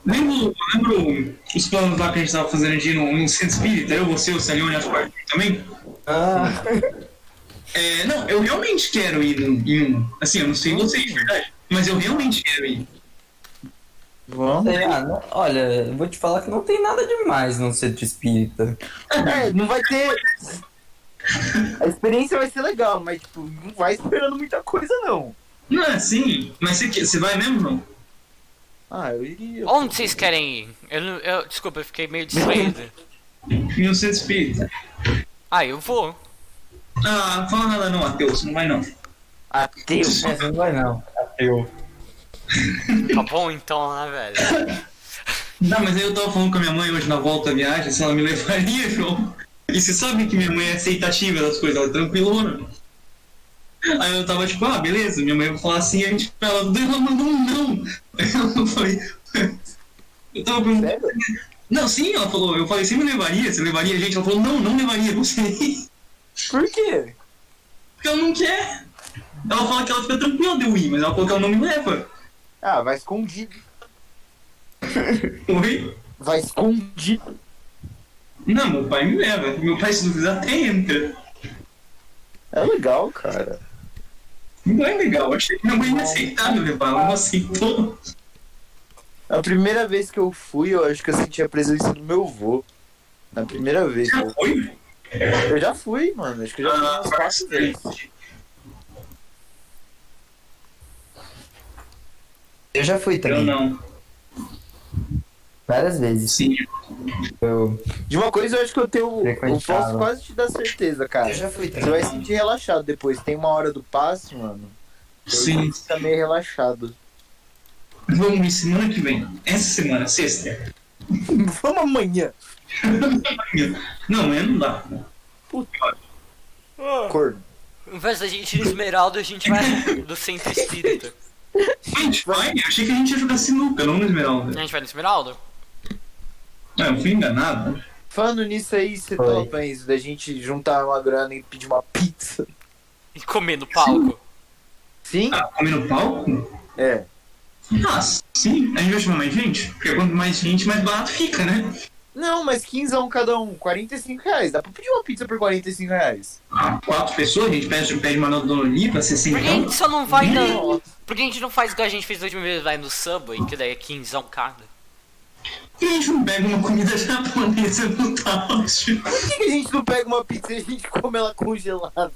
S1: lembro, lembro os planos lá que a gente tava fazendo de ir no no centro espírita? Eu, você, o Celione, acho que também?
S2: Ah,
S1: É, não, eu realmente quero ir num- em um. Assim, eu não sei vocês, de verdade. Mas eu realmente quero ir.
S4: Vamos.
S2: sei lá, Ah, não- olha, eu vou te falar que não tem nada demais num centro espírita.
S4: É, não vai ter. A experiência vai ser legal, mas tipo, não vai esperando muita coisa não.
S1: Não é assim? Mas você, que- você vai mesmo, não?
S4: Ah, eu iria.
S3: Onde vocês querem ir? Eu, não- eu, desculpa, eu fiquei meio distraído.
S1: Em um centro espírita.
S3: Ah, eu vou.
S1: Ah, fala nada não, Matheus, não vai não.
S4: Ah, Adeus.
S2: Mas não vai não. Eu.
S3: Tá bom então, né, velho?
S1: Não, mas aí eu tava falando com a minha mãe hoje na volta da viagem, se ela me levaria, João. E você sabe que minha mãe é aceitativa das coisas, ela é tranquilona. Aí eu tava tipo, ah, beleza, minha mãe vai falar assim, aí tipo, ela, ela mandou um não. Eu falei. Eu tava perguntando.
S4: Sério?
S1: Não, sim, ela falou, eu falei, você me levaria? Você levaria a gente? Ela falou, não, não levaria você.
S4: Por quê?
S1: Porque ela não quer. Ela fala que ela fica tranquila de eu ir, mas ela falou que ela não me leva.
S4: Ah, vai escondido.
S1: Oi?
S4: Vai escondido.
S1: Não, meu pai me leva. Meu pai, se duvidar, até entra.
S4: É legal, cara.
S1: Não é legal, achei que minha mãe ia aceitar me levar, ela não aceitou.
S4: A primeira vez que eu fui, eu acho que eu senti a presença do meu avô. Na primeira vez. que eu-
S1: Oi?
S4: Eu já fui, mano. Acho que eu já fui
S2: Ah,
S4: umas quatro vezes.
S2: Eu já fui
S1: Eu
S2: também.
S1: não.
S2: Várias vezes.
S1: Sim.
S2: Eu,
S4: De uma coisa eu acho que eu tenho. Eu posso
S2: Frequentava.
S4: quase te dar certeza, cara.
S2: eu já fui
S4: Você vai
S2: também.
S4: se sentir relaxado depois. Tem uma hora do passe, mano.
S1: Sim.
S4: Você tá meio relaxado.
S1: Vamos ir semana que vem. Essa semana, sexta.
S4: Vamos amanhã.
S1: Não, amanhã não dá.
S4: Corno.
S3: Em vez da gente ir no Esmeralda, a gente vai do Centro Espírita.
S1: Gente, vai. Eu achei que a gente ia jogar sinuca, não no
S3: A
S1: Esmeralda.
S3: gente vai no Esmeralda?
S1: Ah, eu fui enganado.
S4: Falando nisso aí, você
S2: Foi.
S4: topa isso da gente juntar uma grana e pedir uma pizza?
S3: E comer no palco?
S4: Sim?
S1: Ah, comer no palco?
S4: É.
S1: Ah, sim, Sim, a gente vai chamar mais gente? Porque quanto mais gente, mais barato fica, né?
S4: Não, mas 15 a um cada um, 45 reais. Dá pra pedir uma pizza por 45 reais.
S1: Ah, quatro pessoas, a gente pede, pede uma nota do assim, Olipa, 60
S3: Por que a
S1: então,
S3: gente só não vai na.
S4: Não.
S3: Por que a gente não faz igual a gente fez da última vez, vai no Subway, que daí é 15 cada?
S1: E a gente não pega uma comida japonesa no Taos?
S4: Por que, que a gente não pega uma pizza e a gente come ela congelada?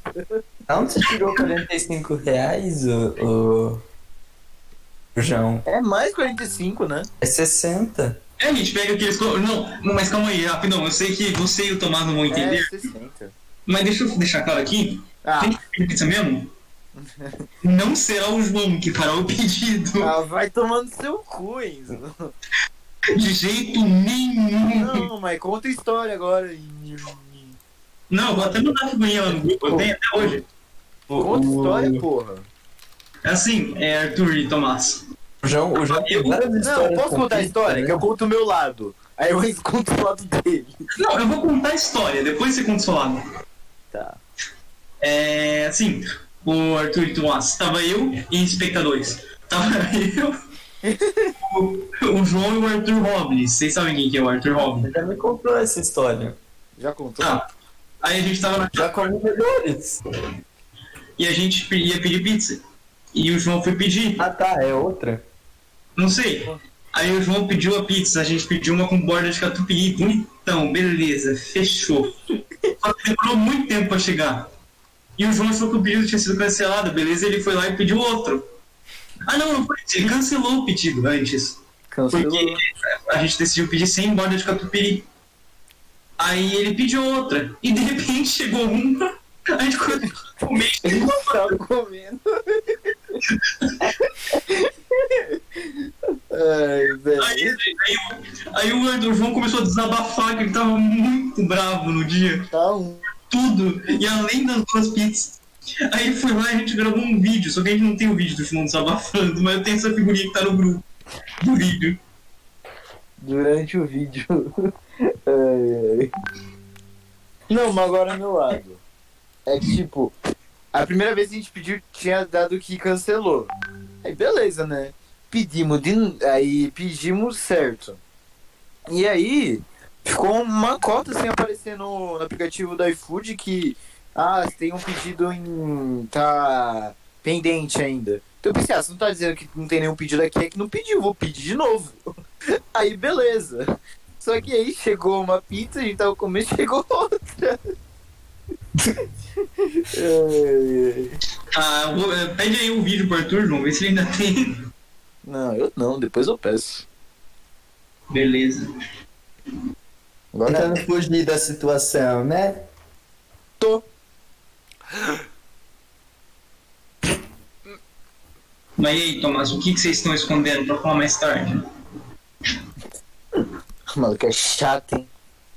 S2: Aonde você tirou 45 reais, o, João?
S4: É mais 45, né?
S2: É 60.
S1: É, a gente pega aqueles. co- Não, não, mas calma aí, rapidão. Eu sei que você e o Tomás não vão entender,
S4: É 60.
S1: mas deixa eu deixar claro aqui.
S4: Ah,
S1: Tem que pedir pizza mesmo? Não será o João que fará o pedido.
S4: ah, vai tomando seu cu, Enzo.
S1: De jeito nenhum. Não,
S4: Não, mas conta a história agora.
S1: eu vou até mandar amanhã no grupo, eu tenho até hoje.
S4: Conta a história, porora.
S1: Assim, é Arthur e Tomás.
S2: O João, o João tem várias
S4: Não,
S2: histórias
S4: posso
S2: com
S4: contar a
S2: pizza,
S4: história?
S2: né?
S4: Que eu conto o meu lado. Aí eu conto o lado dele.
S1: Não, eu vou contar a história, depois você conta o seu lado.
S4: Tá.
S1: É, assim, o Arthur e Tomás, tava eu e espectadores. Tava eu, o, o João e o Arthur Robles. Vocês sabem quem que é o Arthur Robles?
S2: Ele já me comprou essa história.
S4: Já contou?
S2: Ah,
S1: Tá. Aí a gente tava na
S2: Já comi melhores.
S1: e a gente pe- ia pedir pizza. E o João foi pedir,
S2: Ah tá, é outra?
S1: não sei. Aí o João pediu a pizza, a gente pediu uma com borda de catupiry. Então, beleza, fechou. Só que demorou muito tempo pra chegar. E o João achou que o pedido tinha sido cancelado, beleza? Ele foi lá e pediu outro. Ah não, não foi isso, ele cancelou o pedido antes. Porque a gente decidiu pedir sem borda de catupiry. Aí ele pediu outra. E de repente chegou uma. A gente começou a comer.
S4: Tava Tá comendo. Ai,
S1: Aí,
S4: velho.
S1: aí, aí o Arthur João começou a desabafar que ele tava muito bravo no dia.
S4: Tá um.
S1: Tudo. E além das duas pizzas. Aí ele foi lá e a gente gravou um vídeo. Só que a gente não tem o vídeo do João desabafando, mas eu tenho essa figurinha que tá no grupo do vídeo.
S4: Durante o vídeo. Ai, ai. Não, mas agora é meu lado. É que, tipo, a primeira vez que a gente pediu tinha dado que cancelou. Aí beleza, né? Pedimos de... n- aí pedimos certo. E aí ficou uma cota sem aparecer no, no aplicativo do iFood que ah, você tem um pedido em tá pendente ainda. Então eu pensei, ah, você não tá dizendo que não tem nenhum pedido aqui, é que não pediu, vou pedir de novo. Aí beleza. Só que aí chegou uma pizza, a gente tava comendo, chegou outra. Ai, ai.
S1: Ah, eu vou- eh, pede aí o vídeo pro Arthur, João, vê se ele ainda tem.
S4: não, eu não, depois eu peço.
S1: Beleza.
S4: Agora Então-
S2: Tentando fugir da situação, né?
S4: tô.
S1: Mas e aí, Tomás, o que, que vocês estão escondendo pra falar mais tarde?
S4: Mano, que é chato, hein?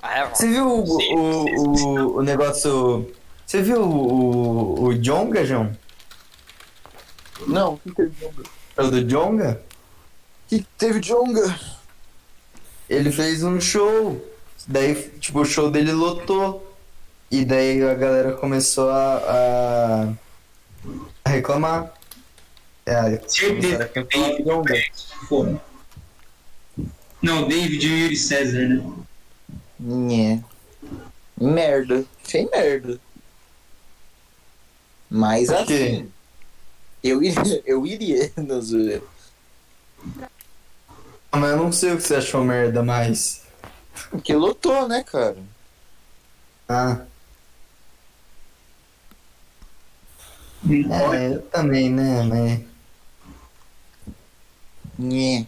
S3: Ah, é,
S2: Você viu o,
S1: Sim,
S2: o,
S1: sim,
S2: o, o negócio. Você viu o, o, o Jonga, João?
S4: Não, o que teve Jonga?
S2: É O do Jonga?
S4: O que teve Jonga?
S2: ele fez um show. Daí, tipo, o show dele lotou. E daí a galera começou a, a, a reclamar. É,
S1: Certeza.
S2: começaram a reclamar do Jonga.
S1: Foram. Não, David e o Yuri César, né?
S4: Nhé. Merda. Achei merda. Mas
S2: Por quê?
S4: assim. Eu iria. Eu iria. Não, zoeira.
S2: Ah, Mas eu não sei o que você achou merda, mas.
S4: Porque lotou, né, cara?
S2: Ah. É, eu também, né? Mas,
S4: Nhé.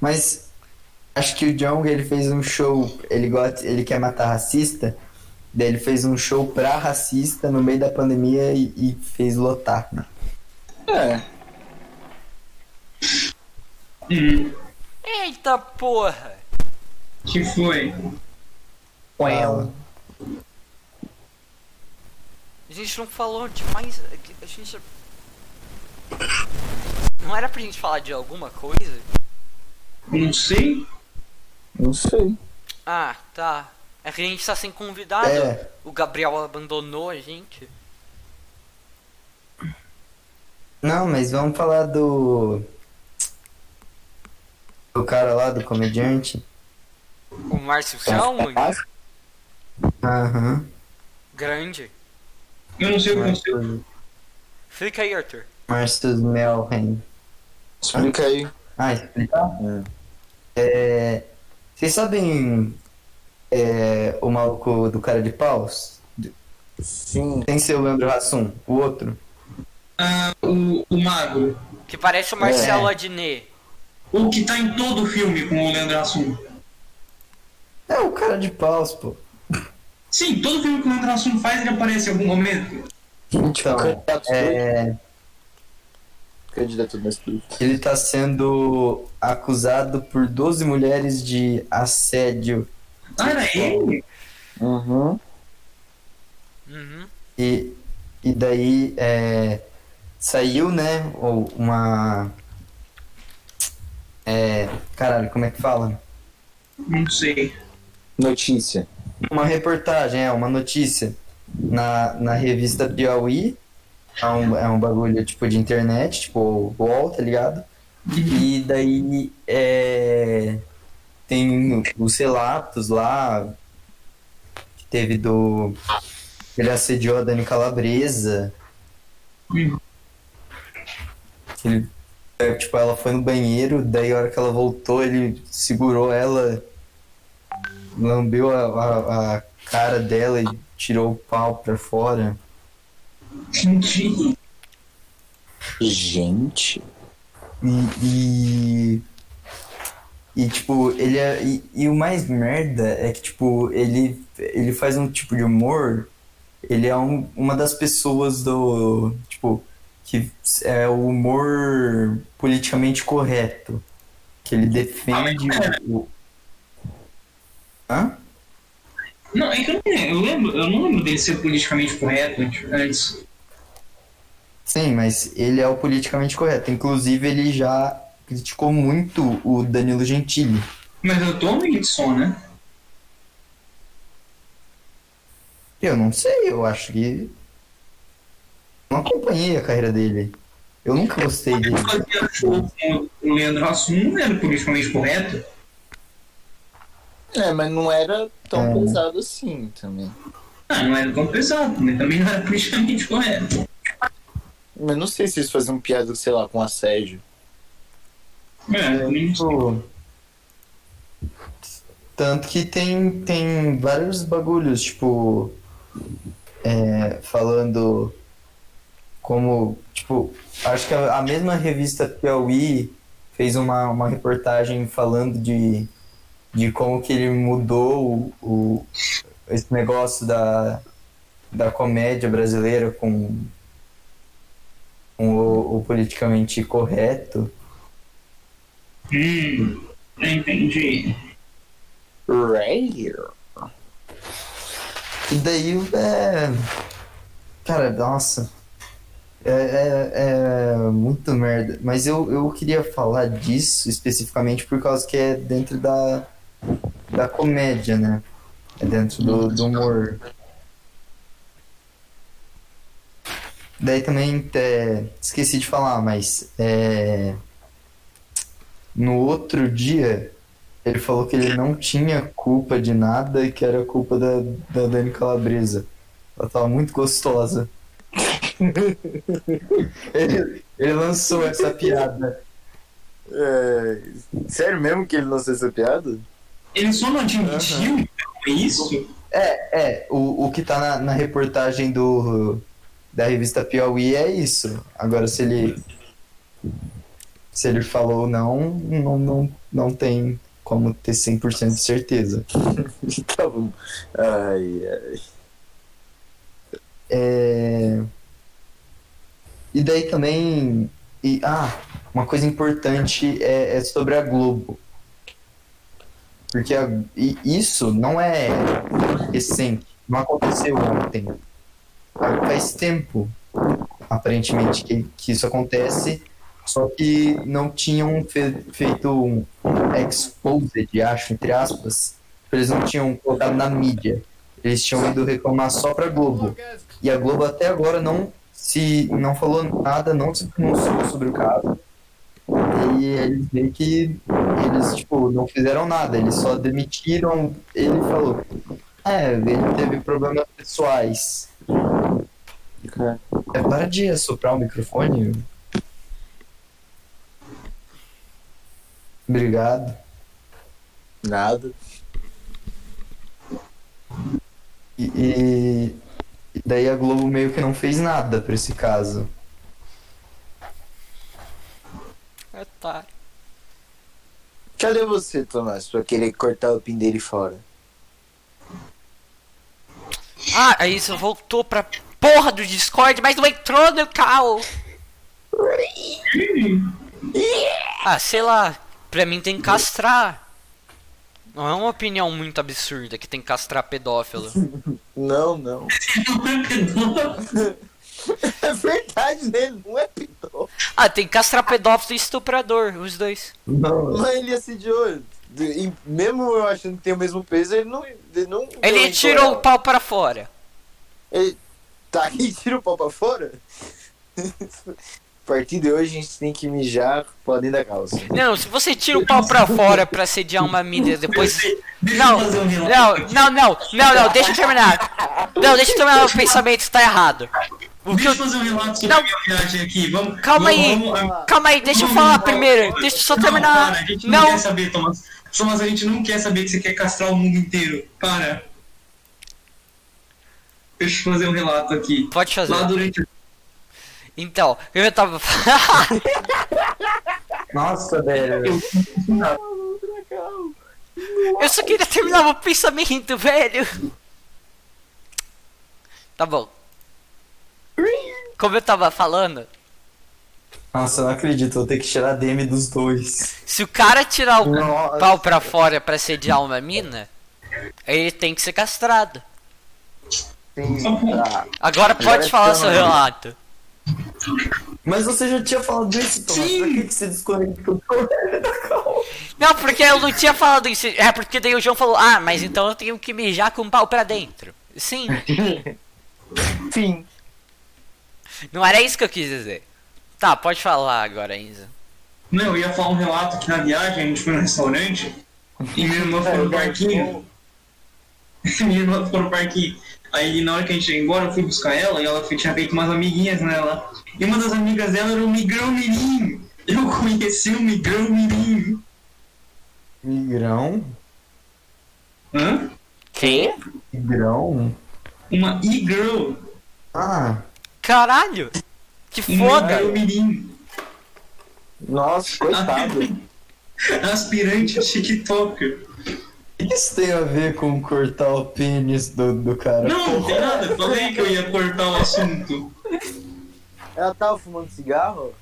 S2: mas acho que o Jonga ele fez um show. Ele, gosta, ele quer matar racista. Daí ele fez um show pra racista no meio da pandemia e, e fez lotar.
S4: É.
S1: Hum,
S3: Eita porra!
S1: que foi? é
S2: Uau.
S3: A gente não falou de mais. é A gente. Não era pra gente falar de alguma coisa?
S1: Não sei.
S4: Não sei.
S3: Ah, tá. É que a gente tá sem convidado.
S2: É.
S3: O Gabriel abandonou a gente.
S2: Não, mas vamos falar do. do cara lá, do comediante.
S3: O Márcio Selmon,
S2: Aham.
S3: grande.
S1: Eu não sei é o que aconteceu.
S2: Márcio-
S3: Fica aí, Arthur.
S2: Márcio Melhem.
S4: Explica aí.
S2: Ah, explicar? É, vocês sabem é, o maluco do cara de paus?
S4: Sim.
S2: Tem seu Leandro Hassum, o outro?
S1: Ah, o, o magro.
S3: Que parece o Marcelo
S2: É.
S3: Adnet.
S1: O que tá em todo o filme com o Leandro Hassum.
S2: É o cara de paus, pô.
S1: Sim, todo filme que o Leandro Hassum faz, ele aparece em algum momento.
S2: Então,
S4: candidato
S2: é,
S4: Candidato mais político.
S2: ele tá sendo acusado por 12 mulheres de assédio
S1: Ah, era ele?
S4: Uhum.
S3: Uhum.
S2: E, e daí é, saiu, né, ou uma. É, caralho, como é que fala?
S1: Não sei.
S4: Notícia.
S2: Uma reportagem, é, uma notícia na, na revista Piauí. É um, é um bagulho tipo de internet, tipo UOL, tá ligado? E daí é, tem os relatos lá que teve do. Ele assediou a Dani Calabresa.
S1: Hum.
S2: Ele, é, tipo, ela foi no banheiro, daí a hora que ela voltou, ele segurou ela, lambeu a, a- a cara dela e tirou o pau pra fora.
S1: Gente,
S4: Gente.
S2: E. E, e, tipo, ele é. E, e o mais merda é que, tipo, ele, ele faz um tipo de humor. Ele é um- uma das pessoas do. Tipo, que é o humor politicamente correto. Que ele defende o. o- Hã?
S1: Não, é que eu não lembro. Eu, lembro, eu não lembro dele ser politicamente correto antes- antes.
S2: Sim, mas ele é o politicamente correto. Inclusive, ele já criticou muito o Danilo Gentili.
S1: Mas eu tô no Hudson, né?
S2: Eu não sei, eu acho que. Não acompanhei a carreira dele. Eu nunca gostei dele.
S1: Eu fazia show com o Leandro Hassum, não era politicamente correto.
S4: É, mas não era tão
S2: É.
S4: pesado assim também.
S1: Ah, não era tão pesado, mas também não era politicamente correto.
S4: Mas não sei se eles faziam piada, sei lá, com assédio.
S1: É, também não sei.
S2: Tipo, Tanto que tem, tem vários bagulhos, tipo. é, falando como. Tipo, acho que a, a mesma revista Piauí fez uma, uma reportagem falando de, de como que ele mudou o, o- esse negócio da, da comédia brasileira com, com o- o politicamente correto.
S1: Hum, entendi.
S4: Right?
S2: E daí, é. Cara, nossa. É, é, é muito merda. Mas eu, eu queria falar disso especificamente por causa que é dentro da, da comédia, né? É dentro do, do humor. Daí também é, esqueci de falar, mas é, no outro dia ele falou que ele não tinha culpa de nada e que era culpa da, da Dani Calabresa. Ela tava muito gostosa. ele, ele lançou essa piada.
S4: É, sério mesmo que ele lançou essa piada?
S1: Ele só não admitiu, então, é isso?
S2: É, o, o que tá na, na reportagem do da revista Piauí é isso. Agora se ele se ele falou ou não, não, não, não tem como ter 100% de certeza.
S4: Tá bom. Ai, ai.
S2: É... E daí também. E, ah, uma coisa importante é, é sobre a Globo. Porque a- e isso não é recente, não aconteceu ontem. Faz tempo, aparentemente, que, que isso acontece. Só que não tinham fe- feito um exposed, acho, entre aspas. Eles não tinham colocado na mídia. Eles tinham ido reclamar só pra Globo. E a Globo até agora não se não falou nada, não se pronunciou sobre o caso. E eles meio que Eles, tipo, não fizeram nada, eles só demitiram. Ele falou: É, ele teve problemas pessoais. É, para de assoprar o microfone. Obrigado.
S4: Nada.
S2: E, e- e daí a Globo meio que não fez nada pra esse caso.
S3: Otário.
S4: Cadê você, Tomás, pra querer cortar o pin dele fora?
S3: Ah, a Isa voltou pra porra do Discord, mas não entrou no cal. Ah, sei lá. Pra mim tem que castrar. Não é uma opinião muito absurda que tem que castrar pedófilo.
S4: Não, não. É verdade, né? Ele Não é pitó.
S3: Ah, tem que castrar pedófilo e estuprador, os dois.
S2: Não,
S4: Mas ele assediou. E mesmo eu achando que tem o mesmo peso, ele não. Ele, não
S3: Ele
S4: deu
S3: tirou o
S4: moral.
S3: pau pra fora.
S4: Ele- Tá, quem tira o pau pra fora? A partir de hoje a gente tem que mijar pra dentro da calça.
S3: Não, se você tira o pau pra fora pra sediar uma mina depois.
S1: Deixa
S3: Não,
S1: eu fazer um relato.
S3: não, não, não, não, não, deixa eu terminar. Não, deixa eu terminar, o pensamento tá errado. O que
S1: Deixa
S3: eu
S1: eu fazer um relato sobre
S3: Não.
S1: a minha viagem aqui. Vamos,
S3: Calma
S1: vamos-
S3: aí.
S1: vamos-
S3: Calma aí, deixa eu
S1: Vamos
S3: falar
S1: embora.
S3: primeiro. Deixa eu só
S1: Não,
S3: terminar.
S1: para, a gente não,
S3: Não,
S1: quer saber, Thomas. Thomas, a gente não quer saber que você quer castrar o mundo inteiro. Para. Deixa eu fazer um relato aqui.
S3: pode fazer.
S1: Lá durante a
S3: Então, eu tava.
S2: nossa, velho.
S3: eu só queria terminar meu pensamento, velho. Tá bom. Como eu tava falando,
S2: Nossa, eu não acredito, vou ter que tirar a DM dos dois.
S3: se o cara tirar o
S2: Nossa.
S3: pau pra fora pra sediar uma mina, ele tem que ser castrado.
S4: Tem-
S1: um
S4: tá.
S3: Agora pode
S4: é
S3: falar
S1: então,
S4: tão-
S1: né?
S3: seu relato.
S2: Mas você já tinha falado isso, Thomas. Sim. Por que, que você desconectou?
S3: Não, porque eu não tinha falado isso. É porque daí o João falou, ah, mas então eu tenho que mijar com o pau pra dentro. Sim.
S4: Fim.
S3: Não era isso que eu quis dizer. Tá, pode falar agora, Enzo.
S1: Não, eu ia falar um relato que na viagem a gente foi no restaurante e minha irmã
S4: É,
S1: foi no parquinho. minha irmã foi no parquinho. Aí na hora que a gente ia embora, eu fui buscar ela e ela fe- tinha feito umas amiguinhas nela. E uma das amigas dela era o Migrão Mirim. Eu conheci o Migrão Mirim.
S2: Migrão?
S1: Hã?
S3: Que?
S2: Migrão?
S1: Uma e-girl.
S2: Ah,
S3: Caralho! Que
S1: Um
S3: foda!
S1: Migrão Mirim.
S4: Nossa, coitado.
S1: Aspirante a TikToker.
S2: o que isso tem a ver com cortar o pênis do, do cara?
S1: Não, não tem nada. Falei que eu ia cortar o assunto.
S4: Ela tava fumando cigarro?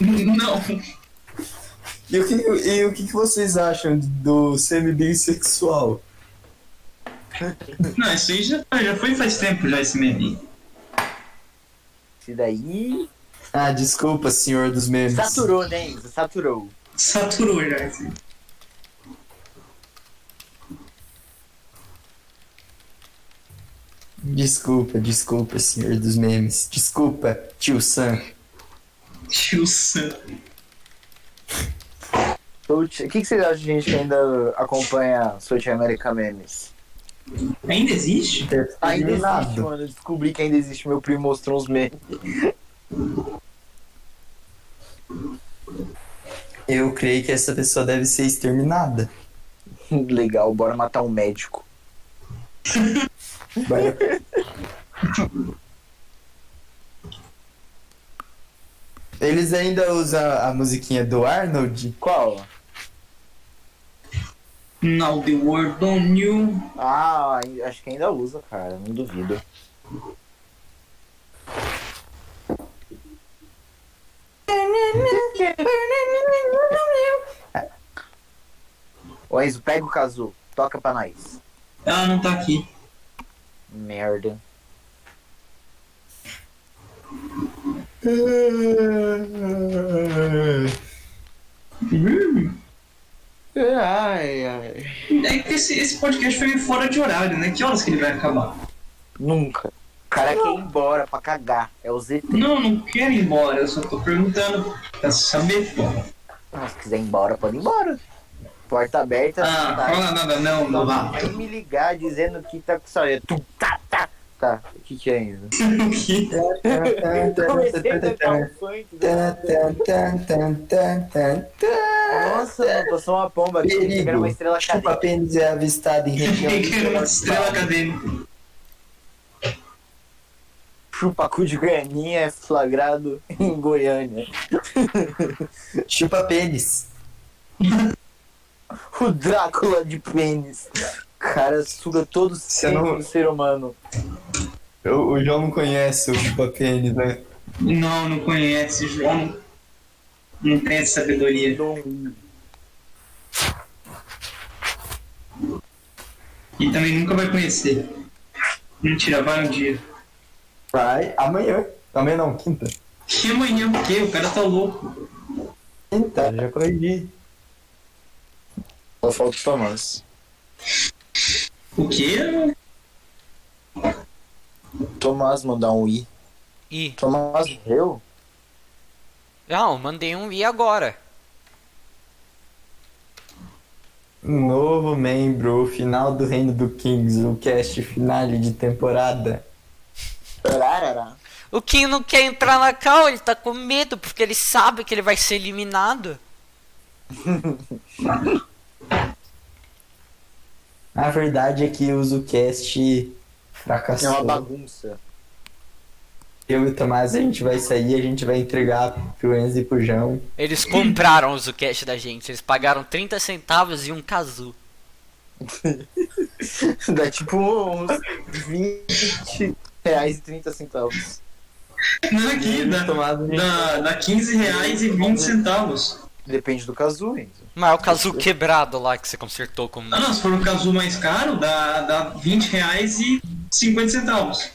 S1: Não.
S2: E o que, e o que que vocês acham do semi-bissexual?
S1: Não, isso aí já foi, já foi faz tempo já esse meme.
S4: Esse daí.
S2: Ah, desculpa, senhor dos memes.
S4: Saturou, né, Isa? Saturou.
S1: Saturou já esse.
S2: Desculpa, desculpa, senhor dos memes. Desculpa, tio Sam.
S1: Tio Sam.
S4: Então, O que, que vocês acham de gente que ainda acompanha South America Memes?
S1: Ainda existe?
S4: Ainda existe,
S2: Eliminado.
S4: mano. Eu descobri que ainda existe. Meu primo mostrou uns memes.
S2: Eu creio que essa pessoa deve ser exterminada.
S4: Legal, bora matar um médico.
S2: Vai- Eles ainda usam a musiquinha do Arnold?
S4: Qual?
S1: Now the world on you.
S4: Ah, ai- acho que ainda usa, cara. Não duvido. Ô Enzo, pega o casu, toca pra nós.
S1: Ela não tá aqui.
S4: Merda. Ai, ai.
S1: É que esse, esse podcast foi meio fora de horário, né? Que horas que ele vai acabar?
S4: Nunca. O cara quer ir embora pra cagar. É o ZT.
S1: Não, eu não quero ir embora. Eu só tô perguntando pra saber, pô.
S4: Não, se quiser ir embora, pode ir embora. Porta aberta.
S1: Ah,
S4: tá.
S1: fala nada não,
S4: Não
S1: babá.
S4: vai me ligar dizendo que tá com saudade. Tu tá, tá, tá. O que que é isso? Comecei a cantar um funk. né? Nossa, mano, passou uma pomba aqui.
S2: Perigo.
S4: Pegaram uma estrela
S2: Chupa
S4: cadente.
S2: pênis é avistado em região.
S1: Quem quer uma estrela acadêmica?
S4: Chupa cu de Goianinha é flagrado em Goiânia.
S2: Chupa pênis.
S4: O Drácula de pênis. Cara, suga todo o
S2: Você
S4: sangue
S2: não-
S4: do ser humano.
S2: O, o João não conhece o chupa pênis, né?
S1: Não, não conhece, João. Não tem essa sabedoria. E também nunca vai conhecer. Mentira, vai um dia.
S2: Vai, amanhã. Amanhã não, quinta.
S1: Que amanhã o quê? O cara tá louco.
S2: Quinta, já corrigi.
S7: Só falta o Tomás.
S1: O quê?
S7: Tomás mandar um i.
S3: Ih.
S7: Tomás morreu?
S3: Não, mandei um i agora.
S2: Um Novo membro, o final do Reino do Kings, o cast finale de temporada.
S4: Tararara.
S3: O Kim não quer entrar na cal, ele tá com medo, porque ele sabe que ele vai ser eliminado.
S2: A verdade é que o ZuCast fracassou.
S4: É uma bagunça.
S2: Eu e o Tomás, a gente vai sair, a gente vai entregar pro Enzo e pro João.
S3: Eles compraram o Zucast da gente, eles pagaram 30 centavos e um casu.
S4: Dá tipo uns 20 reais e 30 centavos.
S1: Não é aqui, né?
S2: E o
S1: dá,
S2: Tomás, a gente-
S1: dá, dá 15 reais e 20 centavos.
S4: Depende do caso, Enzo.
S3: Mas é o casu quebrado lá que você consertou com.
S1: Ah não, se for o caso mais caro, dá, dá 20 reais e 50 centavos.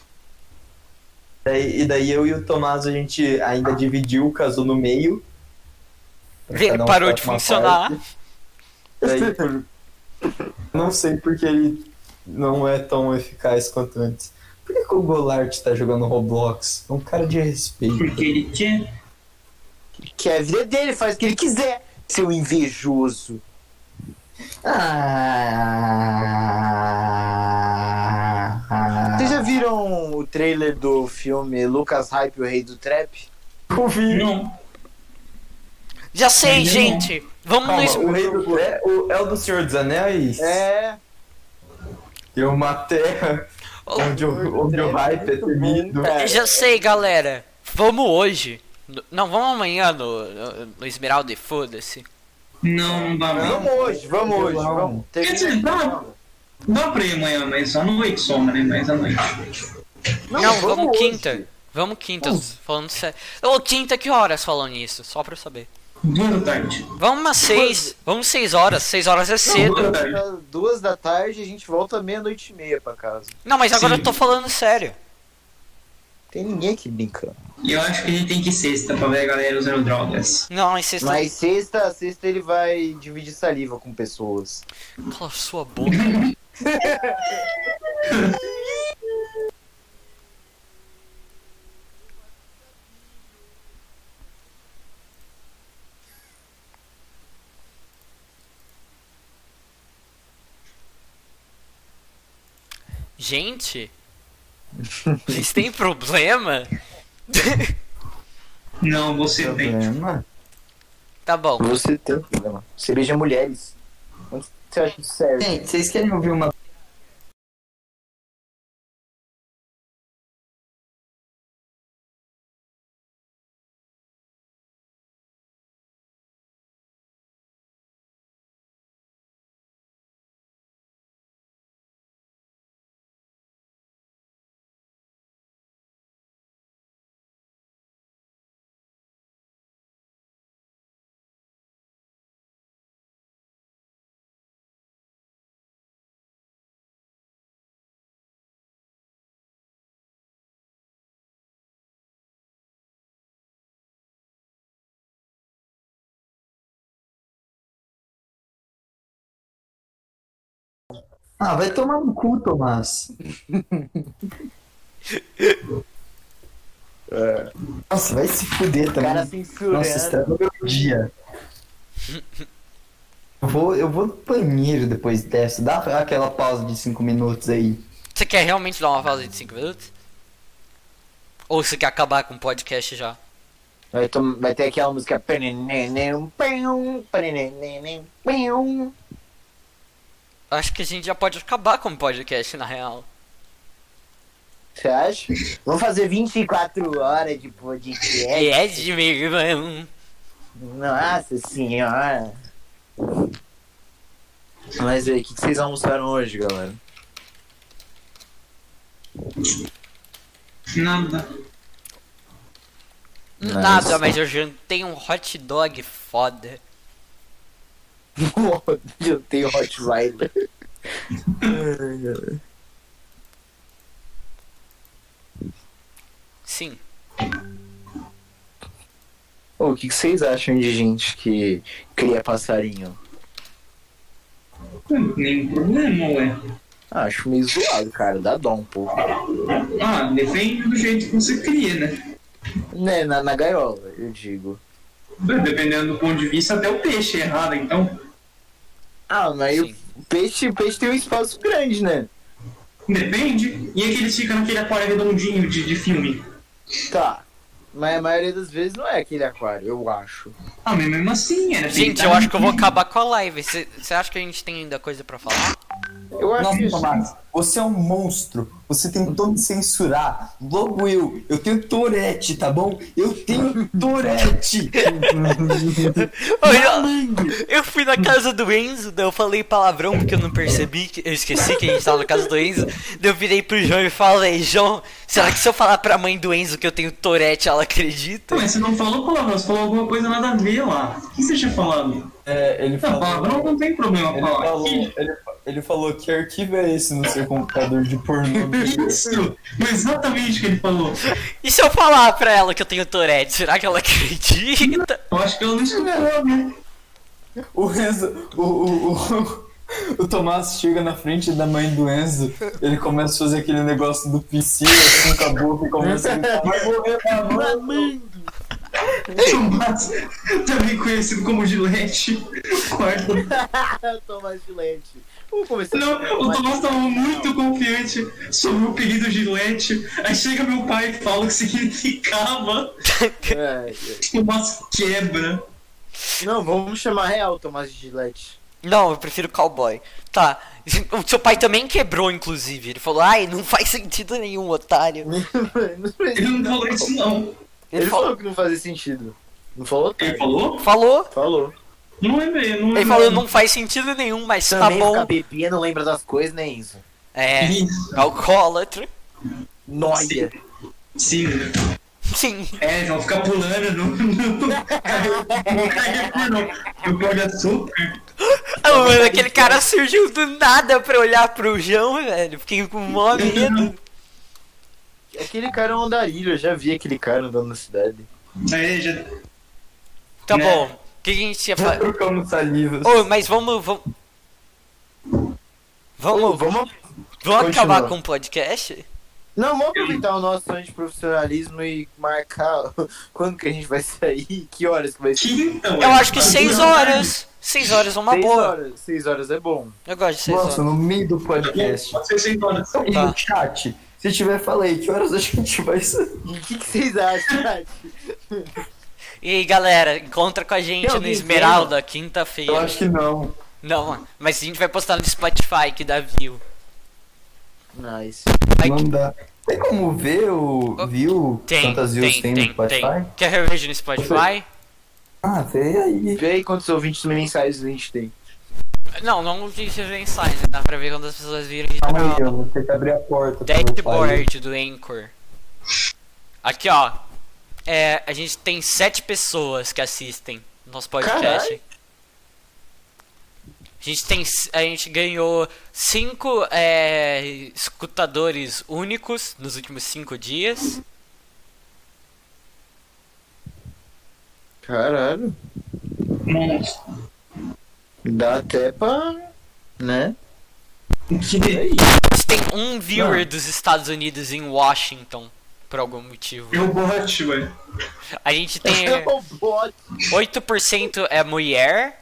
S2: Daí- e daí eu e o Tomás, a gente ainda dividiu o caso no meio. Pra
S3: Ele
S2: cada um
S3: parou
S2: ficar
S3: de
S2: com uma
S3: funcionar.
S2: parte. Daí, por- Não sei porque ele não é tão eficaz quanto antes. Por que, que o Golart tá jogando Roblox? É um cara de respeito.
S1: Porque ele quer.
S4: Que é a vida dele, faz o que ele quiser, seu invejoso.
S2: Ah,
S4: Vocês já viram o trailer do filme Lucas Hype, o Rei do Trap?
S1: Não.
S3: Já sei,
S1: Não.
S3: gente! Vamos no es-
S2: Calma, o rei do é, o, é o do Senhor dos Anéis?
S4: É.
S2: E uma terra onde o, onde o hype é temido.
S4: cara.
S3: Já sei, galera. Vamos hoje. No- Não, vamos amanhã no, no, no Esmeralda e foda-se.
S1: Não, não dá não.
S4: Vamos hoje, vamos hoje,
S2: Não.
S4: vamos.
S1: Quer dizer, dá, dá pra ir amanhã, mas à noite só, né? Mas à noite.
S3: Não, vamos, quinta. Vamos quinta, eu tô falando sério. Ô, quinta, que horas falam nisso? Só pra eu saber.
S1: Duas da tarde.
S3: Vamos umas seis. Vamos seis horas. Seis horas é cedo.
S1: Duas da tarde.
S4: Às tá? Duas da tarde a gente volta meia-noite e meia pra casa.
S3: Não, mas agora
S1: Sim.
S3: eu tô falando sério.
S4: Tem ninguém aqui brincando.
S1: E eu acho que a gente tem que ir sexta pra ver a galera usando drogas.
S3: Não, mas vocês
S4: Mas sexta, sexta ele vai dividir saliva com pessoas.
S3: estão. Cala sua boca. Gente, vocês têm problema?
S1: Não, você tem.
S2: Problema?
S3: Tá bom.
S4: Você tem um problema. Você beija mulheres. Onde você acha que serve?
S2: Gente, vocês querem ouvir uma. Ah, vai tomar no cu, Tomás. Nossa, vai se fuder também. É.
S4: Cara assim, censurando.
S2: Nossa, estragou meu dia. Eu vou, eu vou no banheiro depois dessa. Dá pra- aquela pausa de 5 minutos aí.
S3: Você quer realmente dar uma pausa de 5 minutos? Ou você quer acabar com o podcast já?
S8: Vai, tom- vai ter aquela música. Tá
S3: Acho que a gente já pode acabar com o podcast, na real.
S8: Você acha? Vamos fazer 24 horas de podcast.
S3: E é de meu irmão.
S8: Nossa senhora.
S4: Mas aí, o que que vocês almoçaram hoje, galera?
S1: Nada.
S3: Nada, mas eu jantei um hot dog foda.
S4: eu tenho Rottweiler.
S3: Sim.
S4: Ô, o que que vocês acham de gente que cria passarinho?
S1: Não tem nenhum problema, ué.
S4: Ah, acho meio zoado, cara. Dá dó um pouco.
S1: Ah, depende do jeito que você cria, né?
S4: Né, na, na gaiola, eu digo.
S1: Dependendo do ponto de vista, até o peixe é errado, então.
S4: Ah, mas
S3: Sim.
S4: o peixe, o peixe tem um espaço grande, né?
S1: Depende. E é que eles ficam naquele aquário redondinho de, de filme.
S4: Tá. Mas a maioria das vezes não é aquele aquário, eu acho.
S1: Ah, mas mesmo assim, era
S3: Gente, eu acho que eu vou acabar com a live. Você acha que a gente tem ainda coisa pra falar?
S4: Eu acho
S2: Nossa,
S4: isso.
S2: Tomás, você é um monstro. Você tentou me censurar. Logo eu. Eu tenho Torete, tá bom? Eu tenho Torete.
S3: Olha, eu fui na casa do Enzo, daí eu falei palavrão porque eu não percebi, que- eu esqueci que a gente tava na casa do Enzo. Daí eu virei pro João e falei, João, será que se eu falar pra mãe do Enzo que eu tenho Torete, ela acredita?
S1: Mas você não falou palavrão, você falou alguma coisa nada a ver lá. O que você tinha falado?
S2: É, ele
S1: Não, palavrão não tem problema
S2: Ele
S1: falar.
S2: falou,
S1: Tá Que
S2: ele, ele falou que arquivo é esse no seu computador de pornô.
S1: isso? Foi exatamente o que ele falou.
S3: E se eu falar pra ela que eu tenho Torete, será que ela acredita?
S1: Eu acho que ela não escutou, né?
S2: O Enzo. O, o, o, o Tomás chega na frente da mãe do Enzo. Ele começa a fazer aquele negócio do PC assim com a boca e começa a gritar. Vai morrer, vai morrer.
S1: Tomás, um também conhecido como Gillette. Quarto.
S4: Tomás de leite. Vamos começar.
S1: Não, o Tomás tava muito confiante sobre o apelido Gillette. Aí chega meu pai e fala o que significava.
S4: É,
S1: Tomás quebra.
S4: Não, vamos chamar real Tomás de Gillette.
S3: Não, eu prefiro cowboy. Tá. O seu pai também quebrou, inclusive. Ele falou, ai, não faz sentido nenhum, otário.
S1: Ele não falou isso, não.
S4: Ele falou que não fazia sentido. Não falou?
S1: Ele falou?
S3: Falou?
S4: Falou.
S1: Não lembrei, não é
S3: Ele
S1: lembrei.
S3: falou, não faz sentido nenhum, mas tá
S4: Também
S3: bom.
S4: fica bebia, não lembra das coisas, né, Enzo?
S3: É,
S1: Isso,
S3: alcoólatra.
S4: Noia.
S1: Sim.
S3: Sim.
S1: É, vão ficar pulando no. no- no Carrefour, não. No pão de açúcar.
S3: Ah, mano, aquele cara surgiu do nada pra olhar pro João, velho. Fiquei com mó medo.
S4: Aquele cara é um andarilho, eu já vi aquele cara andando na cidade.
S1: Aí É, já.
S3: Tá
S1: Né?
S3: bom. O que a gente ia falar?
S2: Trocamos saliva.
S3: Ô, mas vamos. Vamos. Vamos,
S4: vamos.
S3: vamos acabar
S4: continua.
S3: com o podcast?
S4: Não, vamos aproveitar o nosso antiprofissionalismo e marcar quando que a gente vai sair, que horas que vai ser.
S1: Quinta, ué.
S3: Eu acho que seis horas. Seis horas é uma
S4: Seis
S3: boa.
S4: horas. Seis horas é bom.
S3: Eu gosto de seis
S2: Nossa,
S3: horas.
S2: no meio do podcast.
S1: É, Pode ser seis horas.
S2: E no um chat, se tiver, falei, que horas a gente vai sair?
S4: E O que, que vocês acham, Nath?
S3: E aí, galera, encontra com a gente
S4: Tem
S3: no
S4: alguém
S3: Esmeralda,
S2: Eu
S3: quinta-feira.
S2: acho que não.
S3: Não, mas a gente vai postar no Spotify que dá view.
S4: Nice.
S3: Ai,
S2: Não dá. Tem como ver o view?
S3: Oh, Tem,
S2: Quantas views
S3: tem,
S2: tem, no
S3: tem,
S2: Spotify?
S3: tem. Quer reveja no Spotify?
S2: Ah, vê aí.
S4: Vê aí quantos ouvintes mensais a gente tem.
S3: Não, não utiliza mensagem, dá pra ver quando as pessoas viram de
S2: Calma aí, eu
S3: canal.
S2: vou ter que abrir a porta. pra meu pai.
S3: Dashboard do Anchor. Aqui, ó. É, a gente tem sete pessoas que assistem nosso podcast.
S4: Caralho.
S3: A gente tem. A gente ganhou cinco é, escutadores únicos nos últimos cinco dias.
S4: Caralho.
S1: Monstro.
S4: Dá até pra. Né?
S1: Que
S3: A gente tem um viewer dos Estados Unidos em Washington. por algum motivo.
S1: Eu bote, velho.
S3: A gente tem
S8: Eu boto.
S3: 8% é mulher,